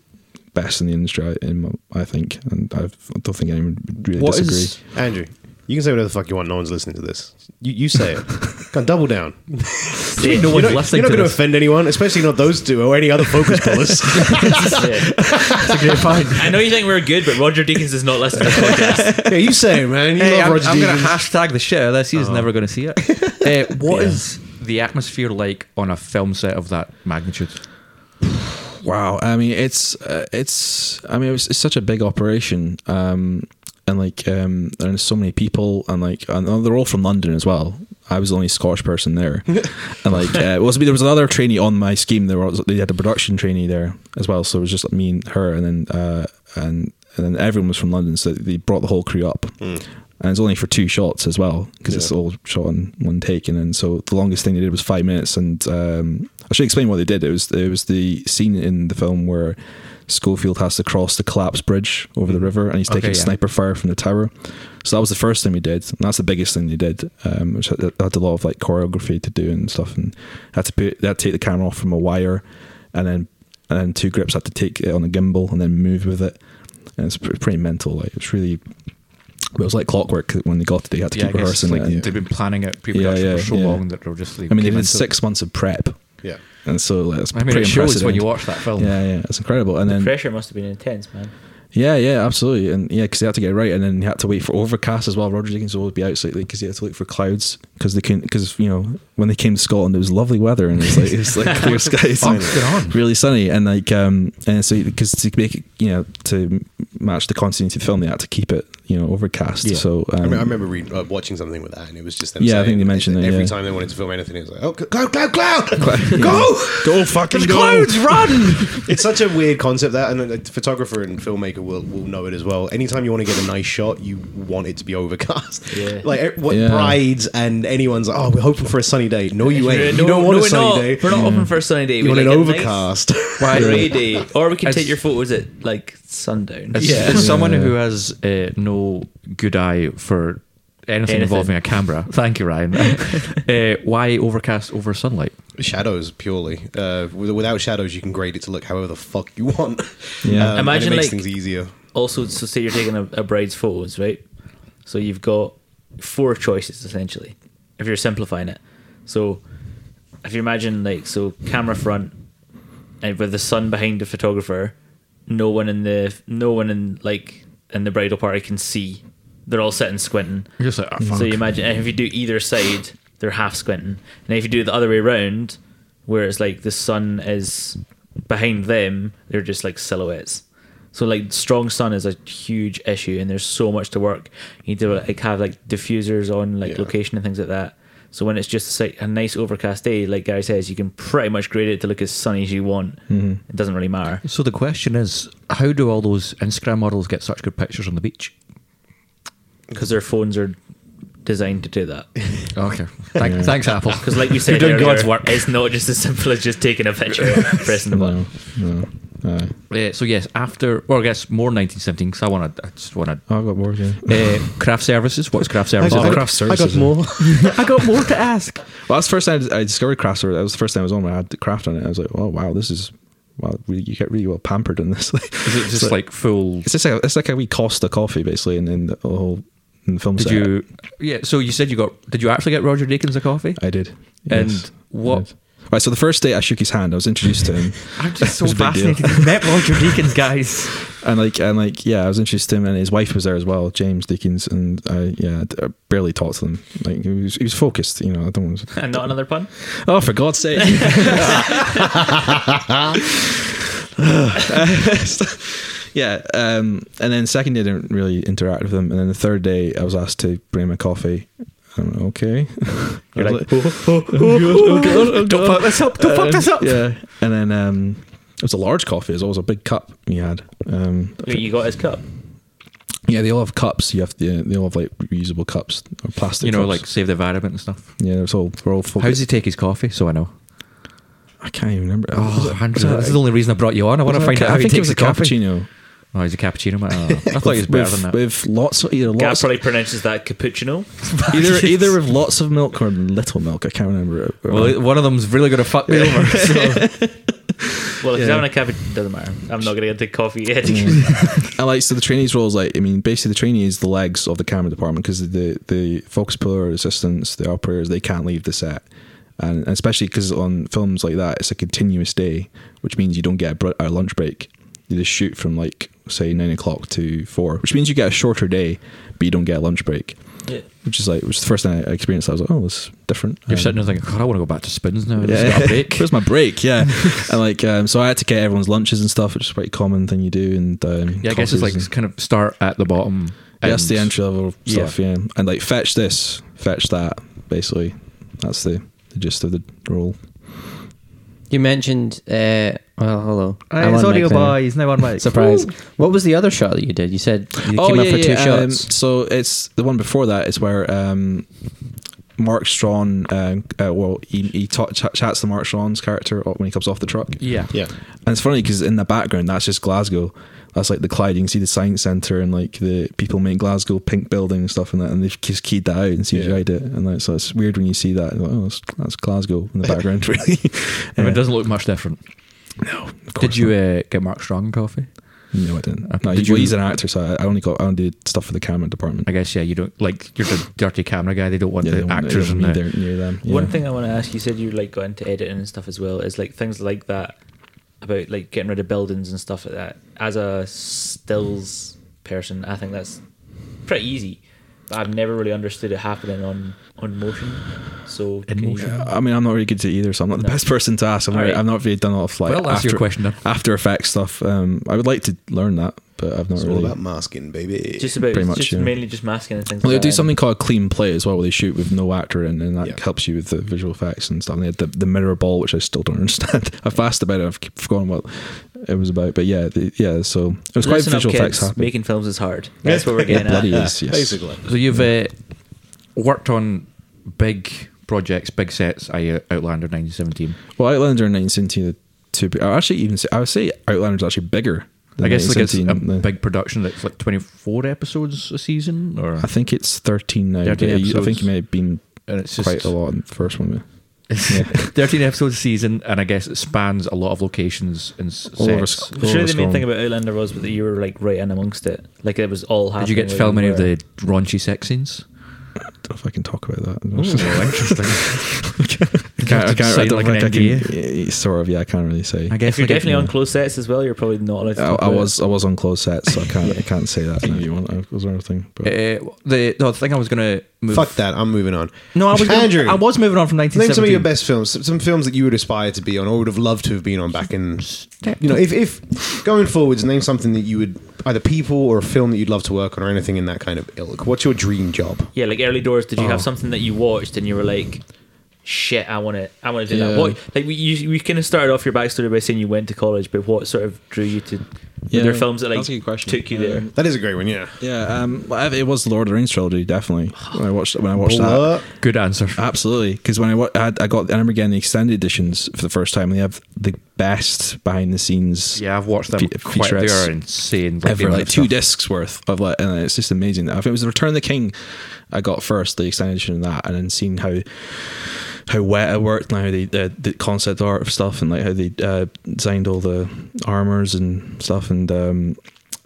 best in the industry, I, in my, I think, and I've, I don't think anyone would really
What is-
disagree.
Andrew, you can say whatever the fuck you want. No one's listening to this. You, you say it. Come on, double down.
Yeah.
no
You're
one's
not,
listening
you're not
to
going to
this.
offend anyone, especially not those two or any other focus pullers.
Yeah. I know you think we're good, but Roger Deakins is not listening to the podcast.
yeah, you say it, man. You
Hey,
love
I'm,
Roger
I'm going to
Deakins.
hashtag the shit out of this. He's never going to see it. Oh. uh, what is the atmosphere like on a film set of that magnitude?
Wow, I mean it's uh, it's I mean it was, it's such a big operation, um, and like um, there's so many people, and like and they're all from London as well. I was the only Scottish person there, and like uh, well, so there was another trainee on my scheme. There was they had a production trainee there as well, so it was just me and her, and then uh, and and then everyone was from London, so they brought the whole crew up. And it's only for two shots as well because it's all shot in one take. And then so the longest thing they did was five minutes. And um, I should explain what they did. It was it was the scene in the film where Schofield has to cross the collapsed bridge over the river, and he's taking
yeah.
sniper fire from the tower. So that was the first thing we did, and that's the biggest thing they did, um, which had, had a lot of like choreography to do and stuff. And had to put they had to take the camera off from a wire, and then and then two grips had to take it on a gimbal and then move with it. And it's pre- pretty mental. Like it's really but it was like clockwork when they got it. They had to keep
I guess,
rehearsing.
like,
and-
they've been planning it pre-production
Yeah, yeah,
for so
yeah.
long that they're just.
I mean, they
came
did
into-
six months of prep,
Yeah.
and so like, that's
I mean,
pretty
it shows
impressive.
when you watch that film.
Yeah, yeah, it's incredible. And then
Pressure must have been intense, man.
Yeah, yeah, absolutely, and yeah, because they had to get it right, and then they had to wait for overcast as well. Roger Dickens would always be out slightly because he had to look for clouds because they couldn't because you know when they came to Scotland it was lovely weather and it's like it's like clear skies, and
Fuck's going on?
really sunny, and like um and so because to make it you know to match the continuity of the film they had to keep it you know overcast.
Yeah.
So
I,
um,
mean, I remember reading, uh, watching something with that, and it was just them.
Yeah, I
saying,
think they mentioned that,
every
yeah.
time they wanted to film anything. It was like, oh, cloud, cloud, cloud, go,
go fucking
There's
go.
clouds, run! it's such a weird concept that, and a photographer and filmmaker will, will know it as well. Anytime you want to get a nice shot, you want it to be overcast.
Yeah.
like eh, what
Yeah.
brides and anyone's like, oh, we're hoping for a sunny day. No, you
Yeah,
ain't.
no,
you don't want
no,
a
we're
sunny
not.
day.
We're not open for a sunny day.
You want
we
an
like a nice
overcast.
Why-
grey day, or we can
As-
take your photos at like sundown.
As,
Yeah.
as someone
Yeah.
who has uh, no good eye for anything,
Anything.
involving a camera, thank you, Ryan. uh, why overcast over sunlight?
shadows purely. Uh, with- without shadows, you can grade it to look however the fuck you want.
Yeah.
Um,
Imagine,
and it makes
like-
things easier.
also so say you're taking a, a bride's photos right so you've got four choices essentially if you're simplifying it so if you imagine like so camera front and with the sun behind the photographer no one in the no one in like in the bridal party can see they're all sitting squinting
You're just like,
Mm.
"Ah, fuck."
so you imagine and if you do either side they're half squinting and if you do it the other way around where it's like the sun is behind them they're just like silhouettes so like strong sun is a huge issue, and there's so much to work. You need to like have like diffusers on like
Yeah.
location and things like that. So when it's just like a nice overcast day, like Gary says, you can pretty much grade it to look as sunny as you want. It doesn't really matter.
So the question is, how do all those Instagram models get such good pictures on the beach?
because their phones are designed to do that.
Okay, Thank, thanks, Apple.
Because, like you said,
doing
earlier,
God's work.
It's not just as simple as just taking a picture, and pressing the button.
no, no. Uh,
Uh, so yes, after well, I guess more 1917 because I want to. I just want to.
oh, I've got more. Yeah.
Uh, craft services. What's craft services?
got-
Oh,
craft services.
more.
I got more to ask.
Well, that's the first time I discovered craft. That was the first time I was on when I had craft on it. I was like, oh wow, this is wow. Really, you get really well pampered in this.
Is it just like full?
it's just like it's like a wee Costa coffee basically, and then the whole in the film.
Did
set.
you? Yeah. So you said you got. Did you actually get Roger Deakins a coffee?
I did.
And
Yes,
what-
I did. Right, so the first day I shook his hand, I was introduced to him,
I'm just so
It's a big deal.
fascinated. You met Roger Deakins, guys.
and like and like yeah, I was introduced to him, and his wife was there as well, James Dickens, and I yeah, I barely talked to them. Like he was, he was focused, you know. I don't. want to-
And not another pun.
Oh, for God's sake! yeah, um, and then second day I didn't really interact with them, and then the third day I was asked to bring him a coffee. I'm okay.
You're
I was
like,
"Oh, Don't fuck this up. Don't fuck this up.
Yeah, and then um, it was a large coffee. It was always a big cup he had. Um,
You got his cup.
yeah, they all have cups. You have to, they all have like reusable cups or plastic.
You know,
cups.
like save the environment and stuff.
yeah, it's all we're all focused.
How does he take his coffee? So I know.
I can't even remember. Was
Oh,
it-
Andrew,
was it-
this is the only reason I brought you on. I want
was
to
it
find
a
out
ca-
how he
I think it
takes
was
the
a
coffee.
cappuccino.
Oh, he's a cappuccino man. Oh, I thought he was
With-
better than that.
With lots of either
Gab
lots
probably pronounces that cappuccino.
either either with lots of milk or little milk. I can't remember.
Well, one of them's really going to fuck me over. So.
Well, if he's
Yeah.
having a cappuccino, doesn't matter. I'm not going to get into coffee yet.
Mm. and like so, the trainees' role is like I mean, basically the trainee is the legs of the camera department because the the focus puller assistants, the operators, they can't leave the set, and, and especially because on films like that, it's a continuous day, which means you don't get a, br- a lunch break. You just shoot from like say nine o'clock to four, which means you get a shorter day, but you don't get a lunch break.
Yeah.
Which is like, which is the first time I experienced. That. I was like, oh, this is different.
You're
Um,
sitting there thinking, God, I want to go back to spins now. I just
Yeah.
got a break.
Where's my break? Yeah, and like um, so, I had to get everyone's lunches and stuff, which is pretty common thing you do. And um,
Yeah, I guess it's
coffees
like
and-
kind of start at the bottom.
Yeah, that's the
and-
entry level stuff. Yeah, and like fetch this, fetch that. Basically, that's the, the gist of the role.
You mentioned. Uh, well, hello. I'm
it's
on
audio
mic now.
boy. He's now on mic.
Surprise. What was the other shot that you did? You said you
Oh,
came up for two
um,
shots.
so it's the one before that is where um, Mark Strawn. Uh, uh, well, he, he ta- ch- chats to Mark Strawn's character when he comes off the truck.
Yeah.
Yeah,
And it's funny because in the background, that's just Glasgow. That's like the Clyde. You can see the science centre and like the people make Glasgow pink building and stuff and that. And they've just keyed that out and CGI'd it. And like, so it's weird when you see that. and You're like, oh, that's, that's Glasgow in the background, really.
I mean,
Yeah.
it doesn't look much different.
Of course
Did you uh, get Mark Strong coffee?
not. No, I didn't.
Okay.
No,
Did
you, well,
you-
he's an actor, so I- I only got I only did stuff for the camera department.
I guess, yeah, you don't like, you're the dirty camera guy. They don't want
they
the
don't want- they
actors
don't
in
need
there.
their- near them.
One
yeah.
thing I want to ask you said you like got into editing and stuff as well is like things like that. about like getting rid of buildings and stuff like that. As a stills person, I think that's pretty easy. But I've never really understood it happening on on motion. So can you-
Oh, I mean, I'm not really good at it either, so I'm not the best person to ask. I'm,
All
not
right.
I've not really done a lot of like
Well, that's your question then.
after effects stuff. Um, I would like to learn that, but I've not
It's all
really.
about masking, baby.
just about
pretty much,
just
yeah.
mainly just masking and things.
Well, they
like
do
that.
something called clean play as well, where they shoot with no actor in, and that
Yeah.
helps you with the visual effects and stuff. And they had the, the mirror ball, which I still don't understand. I've asked about it, I've keep- forgotten what it was about, but yeah, the, yeah. So it was quite
Listen up,
visual effects
kids.
happy.
Making films is hard. That's what we're
it
getting
bloody
uh,
at.
is, yes.
Basically.
So you've uh, worked on big projects, big sets, i.e. Outlander 1917.
Well, Outlander and 1917, the two. big- I actually even say, I would say Outlander's actually bigger. Than
I guess like it's a
1917, the-
big production that's like 24 episodes a season or
I think it's 13 now.
13
but I think
episodes.
it may have been
and it's just
quite a lot in the first one. Yeah.
13 episodes a season and I guess it spans a lot of locations and s-
All over
sets.
Sc-
Surely the
Rollerstorm.
main thing about Outlander was that you were like right in amongst it. Like it was all happening.
Did you get to
where
film any of
were.
the raunchy sex scenes?
don't know if I can talk about that.
interesting.
I can't, I can't, I
Sign
don't
like an
think I can,
NDA?
yeah, sort of, yeah, I can't really say.
I
I,
guess
If you're
like,
definitely
you
on
know,
closed sets as well, you're probably not allowed to. talk
I
about it.
was I was on closed sets, so I can't I can't say that Eh, now if you want. I was another thing. But.
uh, the, no, the thing I was going to move.
Fuck that. I'm moving on.
No, I was,
Andrew.
I was moving on from
Name
1917.
some of your best films. Some- Some films that you would aspire to be on, or would have loved to have been on back in. You know, if, if going forwards, name something that you would either people or a film that you'd love to work on, or anything in that kind of ilk. What's your dream job?
Yeah, like early doors. Did you
Oh.
have something that you watched and you were like, "Shit, I want to, I want to do
Yeah.
that"? What, like we, you, we kind of started off your backstory by saying you went to college, but what sort of drew you to? Yeah, there films that like
that's a good question.
took you there.
Um,
That is a great one. Yeah.
Yeah, um, well, it was the Lord of the Rings trilogy, definitely. When I watched when I watched that,
What?
Good answer.
Absolutely, because when I, wa- I had, I got I remember getting the extended editions for the first time. and They have the best behind the scenes.
Yeah, I've watched them
fe-
quite. They
featurettes
are insane. the
ever,
amount
like
of
two
stuff.
discs worth of like, and it's just amazing. I think it was the Return of the King I got first, the extended edition of that, and then seeing how how wet it worked and how they, the the concept art of stuff and like how they uh, designed all the armors and stuff, and um,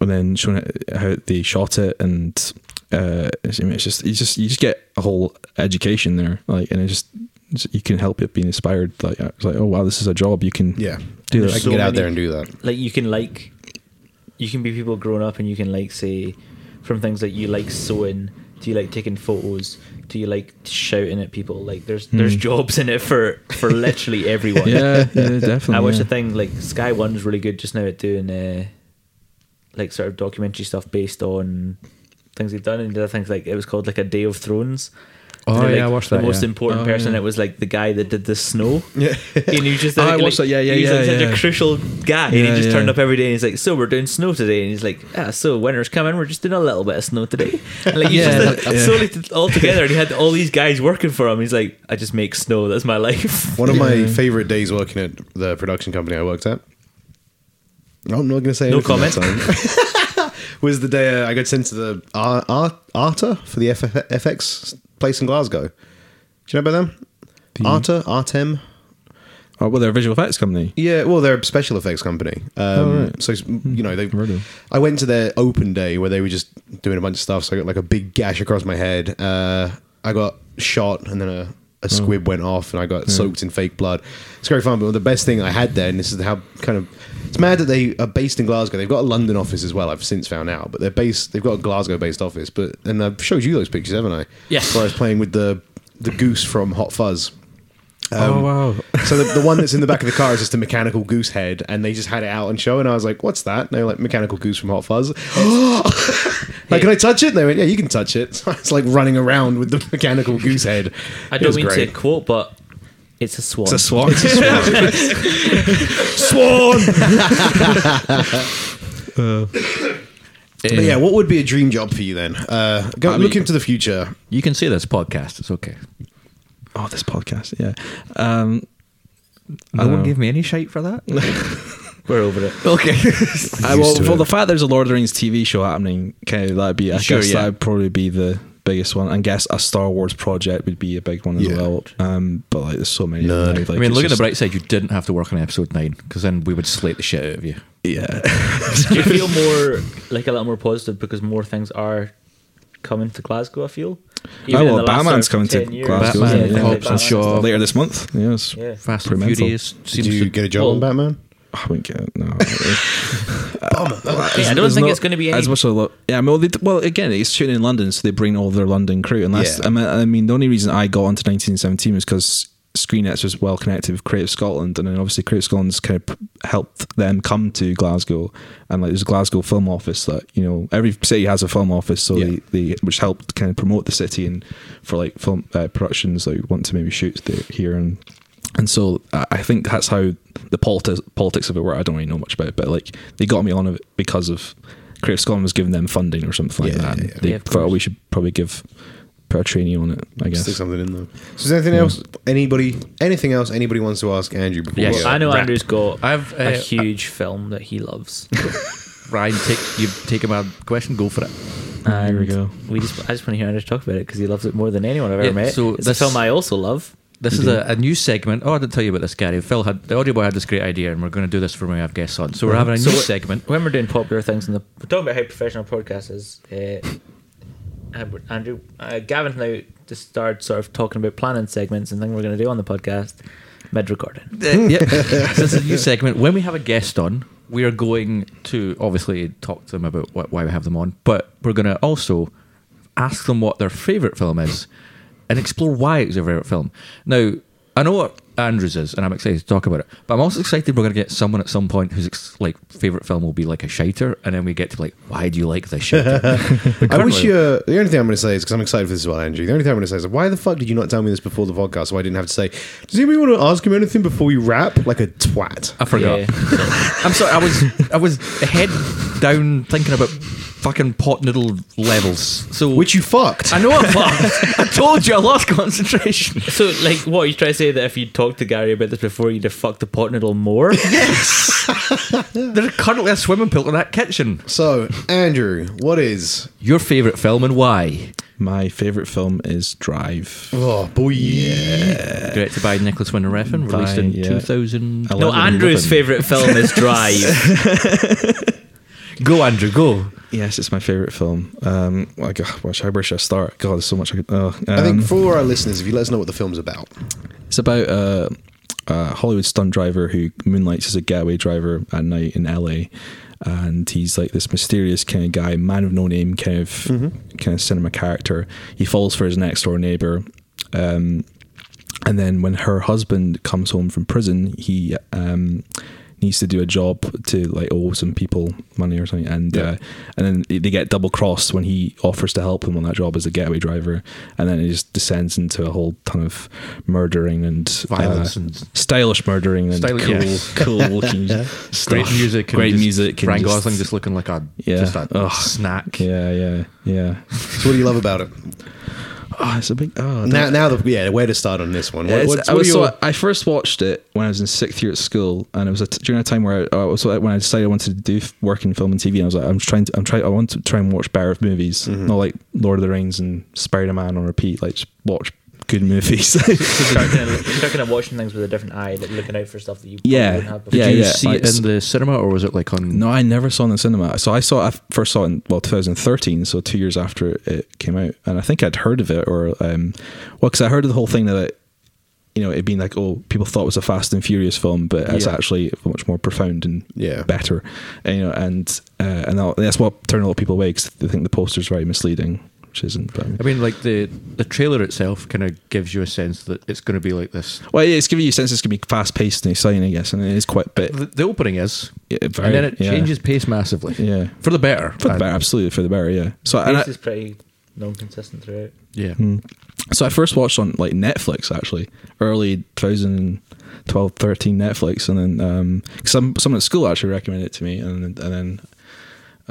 and then showing it, how they shot it and. Uh, it's, I mean, it's just you just you just get a whole education there, like, and it just it's- you can help it being inspired. Like, it's like, oh wow, this is a job you can
Yeah.
do
I
that.
can
So
get out
many-
there and do that.
Like you can like, you can be people grown up, and you can like say, from things like you like sewing. Do you like taking photos? Do you like shouting at people? Like there's there's jobs in it for for literally everyone.
yeah, yeah, definitely.
I watched
yeah.
a thing like Sky One's really good just now at doing uh, like sort of documentary stuff based on things he'd done and did things like it was called like a Day of Thrones.
Oh,
And, like,
yeah, I watched that.
The most
yeah.
important
Oh,
person
yeah.
it was like the guy that did the snow. Yeah, and he was just
Oh, I
like,
watched that, yeah, yeah,
he was, like,
yeah,
such
yeah.
a crucial guy, and
Yeah,
he just
yeah.
turned up every day and he's like, "So we're doing snow today," and he's like, "Ah, so winter's coming. We're just doing a little bit of snow today." And, like, he's
Yeah,
just like,
yeah.
solely t- all together, and he had all these guys working for him. He's like, "I just make snow. That's my life."
One of my favorite days working at the production company I worked at. I'm not going to say
No
anything that
comment.
time. was the day uh, I got sent to the Ar- Ar- Arta for the F- FX place in Glasgow. Do you know about them? Arta, Artem.
Oh, well, they're a visual effects company.
Yeah, well, they're a special effects company. Um, So you know, they.
heard of them.
I went to their open day where they were just doing a bunch of stuff. So I got like a big gash across my head. Uh, I got shot, and then a, a squib went off, and I got soaked in fake blood. It's very fun. But the best thing I had there, and this is how kind of it's mad that they are based in Glasgow. They've got a London office as well. I've since found out, but they're based. They've got a Glasgow-based office. But and I've showed you those pictures, haven't I?
Yes.
Where I was playing with the the goose from Hot Fuzz.
oh wow!
So the, the one that's in the back of the car is just a mechanical goose head, and they just had it out on show, and I was like, "What's that?" And they were like, "Mechanical goose from Hot Fuzz." like, can I touch it? And they went, "Yeah, you can touch it." So it's like running around with the mechanical goose head.
I
It
don't
was
mean
great.
to quote, but it's a swan.
It's a swan. It's a
But yeah, what would be a dream job for you then? Uh, go, look into the future.
You can say this podcast. It's okay.
Oh, this podcast. Yeah. Um,
No one gave me any shite for that.
We're over it.
okay.
I, well, well, the fact there's a Lord of the Rings TV show happening, okay, that'd be. I
Sure,
guess
yeah.
that'd probably be the biggest one. I guess a Star Wars project would be a big one as
Yeah.
well. Um, but like, there's so many. of them now, like,
I mean,
it's
look at the
just-
bright side. You didn't have to work on episode nine because then we would slate the shit out of you.
Yeah.
Do you feel more like a lot more positive because more things are coming to Glasgow? I feel.
oh
Even in
well,
the last
Batman's
sort
coming
of
to
10 years.
Glasgow.
Batman,
yeah,
Hobbs
Batman
and Shaw.
stuff.
Later this month. Yes.
Yeah.
Fast
Pretty
and
mental.
Furious.
Did you get a job on
well,
Batman?
I wouldn't get it. No. Bummer.
Yeah, I don't think it's gonna be
as
any-
much. As lo- yeah, I mean, well, they, well, again, it's shooting in London, so they bring all their London crew. And that's,
Yeah.
I, mean, I mean, the only reason I got onto 1917 was because ScreenX was well connected with Creative Scotland, and then obviously Creative Scotland's kind of p- helped them come to Glasgow. And like, there's a Glasgow film office that you know every city has a film office, so
Yeah.
they, they which helped kind of promote the city and for like film uh, productions that want to maybe shoot there, here and. And so I I think that's how the politi- politics of it were. I don't really know much about it, but like they got me on it because of Creative Scotland was giving them funding or something like
Yeah,
that.
yeah,
and
yeah.
They
Yeah, of
thought
course.
we should probably give put a trainee on it. I
Stick
guess.
something in there. So is there anything else? Anybody? Anything else? Anybody wants to ask Andrew? Before
Yes.
we go?
I know
Rap.
Andrew's got
I've, uh,
a huge film that he loves.
Ryan, take you take my question. Go for it.
And
we go.
We just, I just want to hear Andrew talk about it because he loves it more than anyone I've ever
Yeah,
met.
so
it's
this-
a film I also love.
This is a, a new segment. Oh, I didn't tell you about this, Gary. Phil had the audio boy had this great idea, and we're going to do this for when we have guests on. So we're having a new segment.
When we're doing popular things in the we're talking about how professional podcast is, uh, Ab- Andrew uh, Gavin now just started sort of talking about planning segments and things we're going to do on the podcast mid recording.
Hmm.
Uh, yeah, so this is a new segment. When we have a guest on, we are going to obviously talk to them about wh- why we have them on, but we're going to also ask them what their favorite film is and explore why it's their favorite film. Now, I know what Andrews is, and I'm excited to talk about it, but I'm also excited we're going to get someone at some point whose ex- like favorite film will be like a shiter, and then we get to be like, why do you like this shiter?
I wish you. The only thing I'm going to say is because I'm excited for this as well, Andrew. The only thing I'm going to say is why the fuck did you not tell me this before the podcast? So I didn't have to say. Does anybody want to ask him anything before we wrap? Like a twat.
I forgot.
Yeah.
I'm sorry. I was I was head down thinking about fucking pot noodle levels. So
Which you fucked.
I know I lost. I told you I lost concentration.
So, like, what are you trying to say that if you talked to Gary about this before, you'd have fucked the pot noodle more?
There's currently a swimming pool in that kitchen.
So Andrew, what is?
Your favourite film and why?
My favorite film is Drive.
Oh boy.
Directed by Nicholas Winner Refn, released
By,
in
yeah.
2000.
I
no,
Eleven
Andrew's
Eleven.
favourite film is Drive.
Go, Andrew, go.
Yes, it's my favorite film. Um, like, oh, gosh, I wish I start. God, there's so much I could. Oh, um,
I think for our listeners, if you let us know what the film's about,
It's about a, a Hollywood stunt driver who moonlights as a getaway driver at night in LA, and he's like this mysterious kind of guy, man of no name, kind of
Mm-hmm.
kind of cinema character. He falls for his next door neighbor. Um, and then when her husband comes home from prison, he um, needs to do a job to like owe some people money or something, and uh, and then they- they get double crossed when he offers to help him on that job as a getaway driver, and then it just descends into a whole ton of murdering and
Violence
uh,
and-
stylish murdering and
Stylish,
cool,
yes.
cool looking stuff.
Great music. and
great
just
music. and
Frank
just-
Gosling just looking like a,
Yeah.
just a
Ugh.
snack.
Yeah, yeah, yeah.
so what do you love about it?
Oh, it's a big. Oh,
Now, now the yeah, where to start on this one? What,
It's-
what's-
I,
what are
was
your-
so, I first watched it when I was in sixth year at school, and it was a t- during a time where I, I was when I decided I wanted to do f- work in film and TV. And I was like, I'm trying to, I'm trying, I want to try and watch better movies,
Mm-hmm.
not like Lord of the Rings and Spider Man on repeat. Like, just watch good movies.
start, kind of, start kind of watching things with a different eye, like looking out for stuff that you probably
Yeah.
wouldn't have before.
Did
Yeah,
you
yeah,
see
like-
it in the cinema or was it like on.
no, I never saw it in the cinema. So I saw, I first saw it in well 2013, so two years after it came out, and I think I'd heard of it, or um, well, because I heard of the whole thing that. It, you know, it being like, oh, people thought it was a Fast and Furious film, but it's
Yeah.
actually much more profound and
Yeah.
better, and, you know, and uh, and that- that's what turned a lot of people away because they think the poster's very misleading, which isn't. But,
I mean, like the the trailer itself kind of gives you a sense that it's going to be like this.
well, yeah, it's giving you a sense it's gonna be fast paced and exciting, I guess, and it is quite a bit.
The, the opening is,
Yeah, very,
and then it
yeah.
changes pace massively.
Yeah.
for the better.
For the
I-
better, absolutely for the better, yeah. So and I,
This is pretty non-consistent throughout.
Yeah.
Hmm. So I first watched on like Netflix actually, early 2012, 13 Netflix, and then um, 'cause some someone at school actually recommended it to me, and and then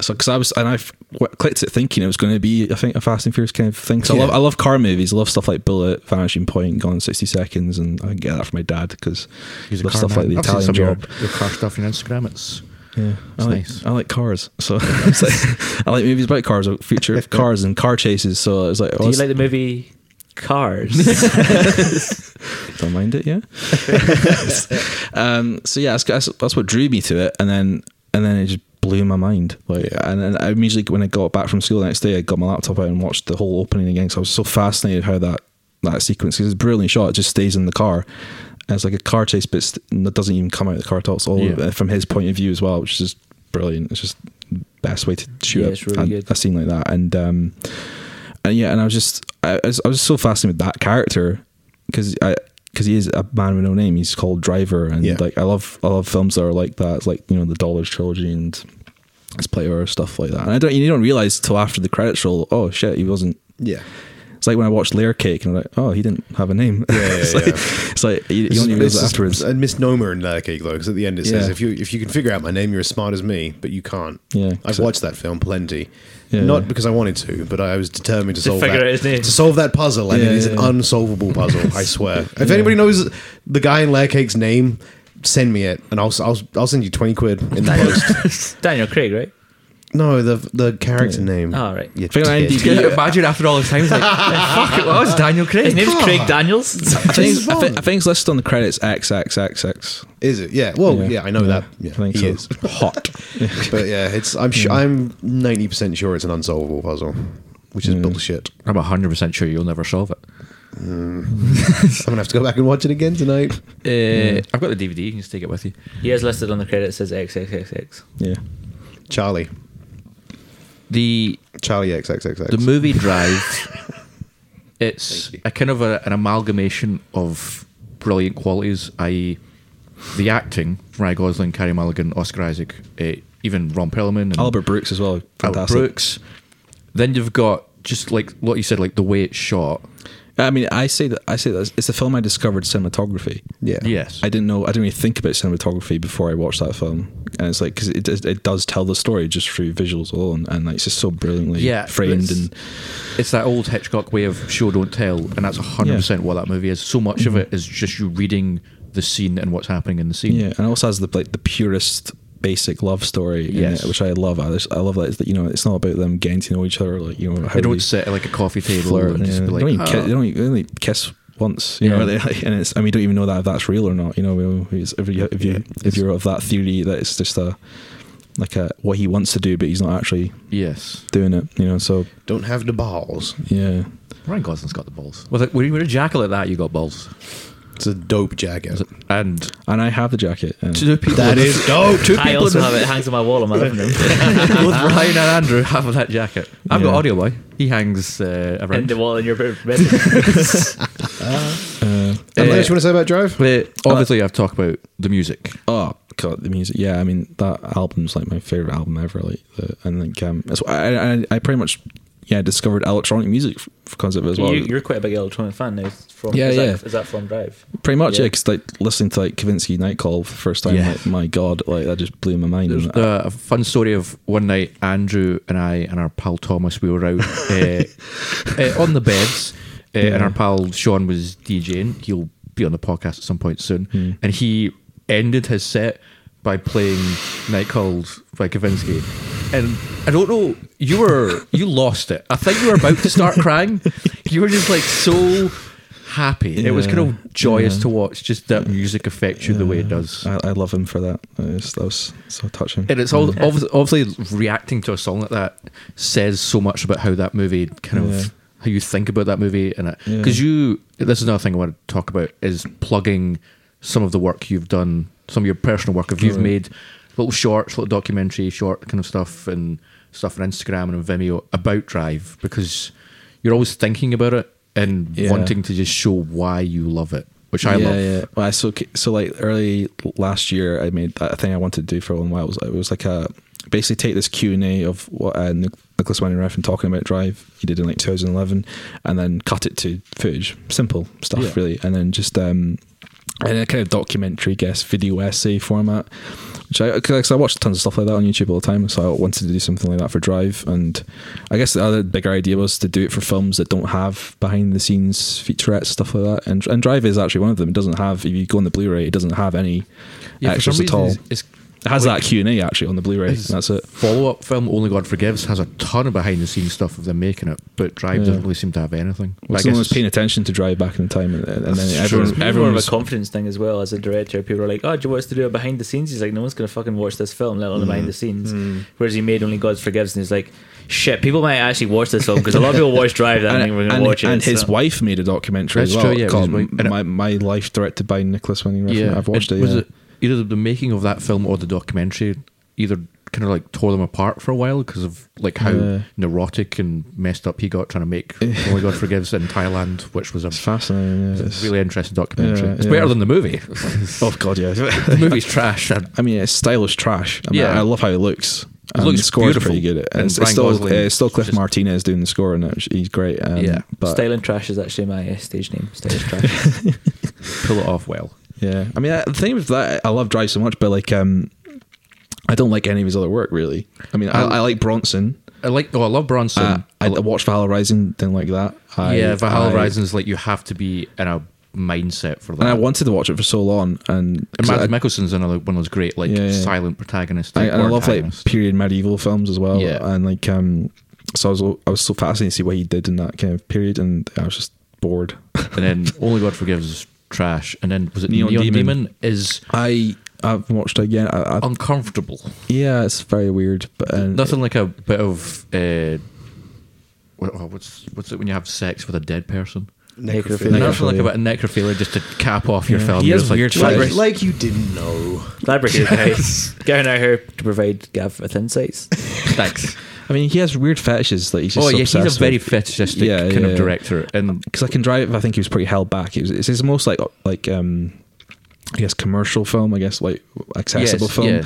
so because I was and I f- w- clicked it thinking it was going to be I think a Fast and Furious kind of thing. So I love
Yeah.
I love car movies, I love stuff like Bullet, Vanishing Point, Gone in 60 Seconds, and I get that from my dad because
He's a
love
car
stuff
man.
like the
I've seen some
Italian
of
Job.
Your, your car stuff on Instagram. It's
Yeah, I
It's
like,
nice.
I like cars, so I like- I like movies about cars, or future of cars and car chases. So I was like,
Do
oh,
you like the movie Cars?
don't mind it, yeah. um, so yeah, that's, that's, that's what drew me to it, and then and then it just blew my mind. Like, and then I immediately when I got back from school the next day, I got my laptop out and watched the whole opening again. So I was so fascinated how that that sequence because it's brilliantly shot. It just stays in the car. it's like a car chase, but it's- it doesn't even come out of the car at all. It's all
Yeah.
from his point of view as well, which is just brilliant. It's just the best way to shoot
Yeah,
a-
it's really
a,
good.
a scene like that. And um, and yeah, and I was just I, I was, I was so fascinated with that character because I because he is a man with no name. He's called Driver, and
Yeah.
like I love I love films that are like that, It's like you know the Dollars trilogy and his player stuff like that. And I don't you don't realize till after the credits roll, oh shit, he wasn't
Yeah.
it's like when I watched Layer Cake and I'm like, oh, he didn't have a name. Yeah, it's,
yeah,
like,
yeah.
it's like you, you
It's-
only realize it
it's
afterwards.
A misnomer in Layer Cake though, because at the end it says
Yeah.
if you if you can figure out my name, you're as smart as me, but you can't.
Yeah,
I've
so-
watched that film plenty,
Yeah.
not because I wanted to, but I was determined to,
To
solve
figure
that
out his name.
to solve that puzzle, and
Yeah,
it is
yeah,
an
yeah.
unsolvable puzzle. I swear. If anybody knows the guy in Layer Cake's name, send me it, and I'll I'll, I'll send you twenty quid in the post.
Daniel Craig, right?
no, the the character name.
Oh, right.
You
Figure out
tit.
IMDb.
Can you imagine after all this time, it's like, fuck, it was Daniel
His
Craig.
name's Craig Daniels.
I think, it's- I, think, I think it's listed on the credits XXXX.
Is it? Yeah. Well, yeah, I know that. Yeah,
I think
he
so.
is hot. but yeah, it's. I'm. Sh- I'm ninety percent sure it's an unsolvable puzzle, which is bullshit.
I'm 100% sure you'll never solve it.
I'm gonna have to go back and watch it again tonight.
Uh,
Hmm.
I've got the DVD, you can just take it with you.
He is listed on the credits as XXXX.
Yeah.
Charlie.
The
Charlie XXXX.
the movie Drive, it's a kind of a, an amalgamation of brilliant qualities, i.e., the acting, Ryan Gosling, Carrie Mulligan, Oscar Isaac, uh, even Ron Perlman, and
Albert Brooks as well.
Albert
Fantastic.
Brooks. Then you've got just like what you said, like the way it's shot.
I mean, I say that I say that it's the film I discovered cinematography.
yeah.
Yes,
I didn't know. I didn't really think about cinematography before I watched that film, and it's like because it does, it does tell the story just through visuals alone, and like it's just so brilliantly
Yeah, but
framed
it's-
and
it's that old Hitchcock way of show don't tell, and that's hundred percent what that movie is. So much of
Mm-hmm.
it is just you reading the scene and what's happening in the scene.
Yeah, and also has the like the purest basic love story,
Yes.
in it, which I love. I, just, I love that, it's that you know it's not about them getting to know each other, like you know how
They don't
they
sit at like a coffee table
flirt,
or
yeah.
just be
they,
like,
don't even
"Ah."
kiss, they don't even- they only kiss once, you
Yeah.
know, they, like, and it's and we don't even know that if that's real or not. You know, we- we- it's- if you if you if you're of that theory that it's just a like a what he wants to do, but he's not actually
Yes,
doing it. You know, so
Don't have the balls.
yeah,
Ryan Gosling's got the balls. Well, like, when you were a jackal at that, you got balls.
It's a dope jacket.
And
and I have the jacket. And
two people,
That is dope. Two
I
people.
also have it. It hangs on my wall in my living room.
both Ryan and Andrew have that jacket. I've got
Yeah.
Audio Boy. He hangs uh,
in
around.
the wall in your bedroom.
uh,
Anything
Yeah.
else you want to say about Drive?
But uh, obviously, I've talked about the music.
Oh god, the music. Yeah, I mean that album's like my favorite album ever. Like, the, and like um, that's why I, I I pretty much yeah discovered electronic music f- because of it as well.
you, you're quite a big electronic fan now. From,
Yeah,
is That,
yeah.
is that from Drive?
pretty much yeah,
yeah.
'cause, like listening to like Kavinsky Nightcall for the first time.
Yeah.
Like, my god, like that just blew my mind.
There's
And I-
uh, a fun story of one night Andrew and I and our pal Thomas we were out uh, uh, on the beds uh, and our pal Sean was DJing. He'll be on the podcast at some point soon, and he ended his set by playing Night Calls by Kavinsky. And I don't know, you were you lost it. I think you were about to start crying. You were just like so happy. It was kind of joyous to watch. Just that music affect you the way it does.
I, I love him for that. It was, that was so touching.
And it's all
Mm.
obvi- obviously reacting to a song like that says so much about how that movie kind of
Yeah.
how you think about that movie and because
Yeah.
you this is another thing I want to talk about is plugging some of the work you've done, some of your personal work if you've
Right.
made little shorts, little documentary short kind of stuff and stuff on Instagram and on Vimeo about Drive because you're always thinking about it and
Yeah.
wanting to just show why you love it, which I
yeah,
love.
Yeah. Well, I, so so like early last year, I made that thing I wanted to do for a while. It was, it was like a basically take this Q and A of what uh, Nic- Nicholas Winding Refn talking about Drive he did in like 2011, and then cut it to footage, simple stuff
Yeah.
really, and then just um in a kind of documentary, I guess, video essay format. Which I, cause I watched tons of stuff like that on YouTube all the time, so I wanted to do something like that for Drive. And I guess the other bigger idea was to do it for films that don't have behind the scenes featurettes, stuff like that. And, and Drive is actually one of them. It doesn't have, if you go on the Blu ray, it doesn't have any
Yeah, for some
extras at all.
reason, It's, it's
It has that Q and A actually on the Blu-ray. and That's it.
Follow up film Only God Forgives has a ton of behind the scenes stuff of them making it, but Drive
Yeah.
doesn't really seem to have anything.
Well,
I
someone was
guess
paying attention to Drive back in time, and, and
That's
then
true.
everyone,
People
It's
everyone
more of
was
a confidence thing as well. As a director, people are like, "Oh, do you want us to do a behind the scenes?" He's like, "No one's gonna fucking watch this film, let alone the behind the
Mm-hmm.
scenes." Whereas he made Only God Forgives, and he's like, "Shit, people might actually watch this film because a lot of people watch Drive. That think we're gonna
and-
watch it."
and his
so-
wife made a documentary as
That's
well
true, yeah, it was
called
his wife.
my, my Life, directed by Nicholas Winning.
yeah,
I've watched it.
Was
yeah.
it either the making of that film or the documentary? Either kind of like tore them apart for a while because of like how
Yeah.
neurotic and messed up he got trying to make Only God Forgives in Thailand, which was a
It's fascinating. Yeah,
It's
it's-
a really interesting documentary.
Yeah,
it's
yeah.
better than the movie.
oh god, yeah.
the movie's trash. And
I mean, it's stylish trash. I mean,
Yeah.
I love how it looks.
It
And
looks
the score's
beautiful.
pretty good.
And
And it's,
Ryan
it's still,
Gosling
uh, it's still Cliff
just-
Martinez doing the score, and it- he's great. Um,
Yeah.
but
Style and Trash is actually my uh, stage name. Style and Trash.
pull it off well.
yeah, I mean, I, the thing with that, I love Drive so much, but like, um, I don't like any of his other work really. I mean, I,
Um,
I like Bronson.
I like. Oh, I love Bronson.
Uh, I, I watched Valhalla Rising, didn't like that. I,
yeah, Valhalla
I-
Rising's like you have to be in a mindset for that.
And I wanted to watch it for so long, and
And
'cause I-
Mads Mikkelsen's another one of those great like
Yeah, yeah.
silent protagonists.
I,
like,
and I
or
love
antagonists.
like period medieval films as well.
Yeah.
And like um so I was I was so fascinated to see what he did in that kind of period and I was just bored.
and then Only God Forgives is trash. And then was it
Neon
Neon,
Demon.
Demon? is
I I've watched it again. I, I,
uncomfortable.
yeah, it's very weird. But uh, and
Nothing like a bit of uh, what- what's what's it when you have sex with a dead person?
Necrophilia.
Necrophilia.
Nothing like about necrophilia just to cap off your film.
He
You're
has
just like,
weird
Jesus.
fetish.
Like, like you didn't know.
Laboratory. Getting out here to provide Gav with insights.
Thanks.
I mean, he has weird fetishes. Like he's just
oh
so
yeah, he's
obsessed
a very
with-
fetishistic
Yeah,
kind
yeah.
of director, and
because I can drive. I think he was pretty held back. It was, it's his most like like um, I guess commercial film. I guess like accessible
Yes,
film.
yeah.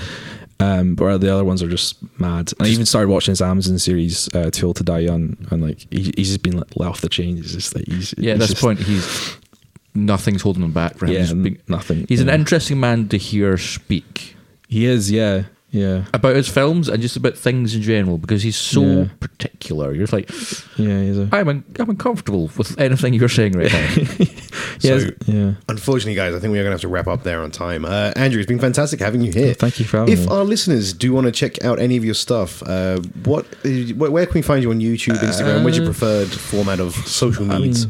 Um, but the other ones are just mad. And I even started watching his Amazon series, uh, Too Old to Die Young, and like he, he's just been let off the chain. He's just like he's
yeah,
he's
at this
just-
point he's nothing's holding him back. For him.
Yeah,
he's,
n-
being-
nothing.
he's
yeah.
an interesting man to hear speak
He is, yeah, yeah,
about his films and just about things in general because he's so
Yeah.
particular. You're just like,
yeah. He's a
I'm un- I'm uncomfortable with anything you're saying right now.
yeah,
So-
yeah.
Unfortunately, guys, I think we are going to have to wrap up there on time. Uh, Andrew, it's been fantastic having you here.
Thank you for having
if
me.
our listeners do want to check out any of your stuff, uh, what, is- where, where can we find you on YouTube, Instagram? Where's your preferred format of social needs?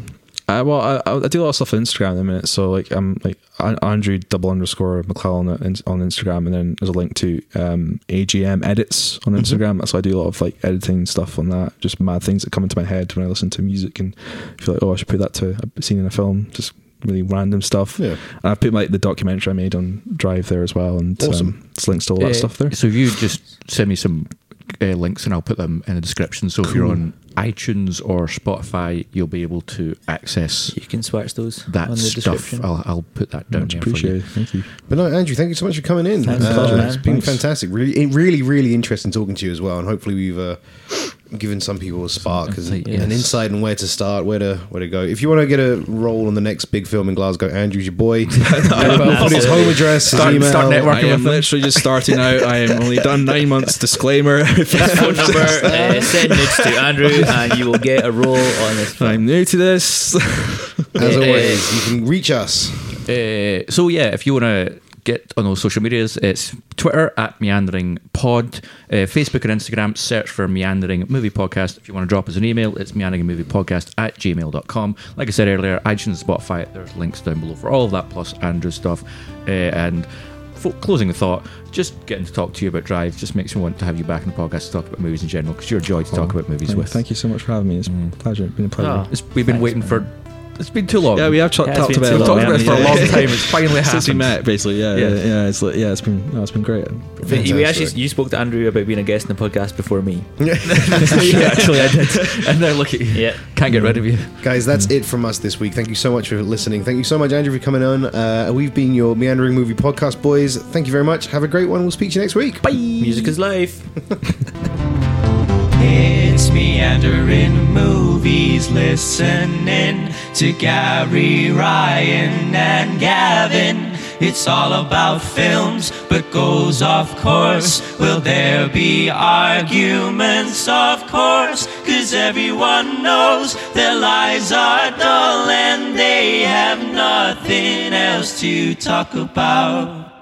Uh, well, I, I do a lot of stuff on Instagram at the minute. So like I'm like An- Andrew double underscore McClellan on on Instagram, and then there's a link to um, AGM edits
Mm-hmm.
on Instagram. So I do a lot of like editing stuff on that. Just mad things that come into my head when I listen to music and feel like oh I should put that to a scene in a film. Just really random stuff.
Yeah.
And I put like the documentary I made on Drive there as well, and
Awesome.
um, it's links to all that
Uh,
stuff there.
So if you just send me some uh, links and I'll put them in the description. So if you're on iTunes or Spotify, you'll be able to access.
You can swatch those
That
on the
stuff,
description.
I'll, I'll put that down.
Much
there for you.
appreciated. Thank you.
But no, Andrew, thank you so much for coming in. Uh,
Thanks, pleasure,
it's
man.
been
Thanks.
fantastic. Really, really, really interesting talking to you as well. And hopefully, we've uh, given some people a spark, as an,
Insight, yes.
an insight on where to start, where to where to go. If you want to get a role on the next big film in Glasgow, Andrew's your boy. I'll put his home address, his
Start-
email.
start networking.
I am literally just starting out. I am only done nine months. Disclaimer.
phone number, uh, send it to Andrew, and you will get a role on this film.
I'm new to this.
As always, you can reach us.
Uh, so yeah, if you want to get on those social medias, it's Twitter at Meandering Pod, uh, Facebook and Instagram. Search for Meandering Movie Podcast. If you want to drop us an email, it's meanderingmoviepodcast at gmail.com. Like I said earlier, iTunes, Spotify. There's links down below for all of that plus Andrew's stuff. Uh, and fo- closing the thought, just getting to talk to you about Drive just makes me want to have you back in the podcast to talk about movies in general because you're a joy to talk about movies
Oh, Thank,
with.
thank you so much for having me. It's a pleasure. It's been a pleasure.
It's, we've been
Thanks,
waiting
man.
for. It's been too long.
Yeah, we have ch-
it's
talked
been
about
too
it.
We've
a
long.
lot,
talked about it for a
yeah.
long time. It's finally
Since we
happened.
met, basically, yeah, yeah,
Yeah.
yeah. It's like, yeah, it's been, no, it's been great.
You actually
Fantastic.
you spoke to Andrew about being a guest in the podcast before me.
yeah, actually, I did. And now look at you.
Yeah.
Can't get rid of you.
Guys, that's it from us this week. Thank you so much for listening. Thank you so much, Andrew, for coming on. Uh, we've been your Meandering Movie Podcast boys. Thank you very much. Have a great one. We'll speak to you next week.
Music is life.
It's meandering movies, listening to Gary Ryan and Gavin. It's all about films, but goes off course. Will there be arguments? Of course, cause everyone knows their lives are dull and they have nothing else to talk about.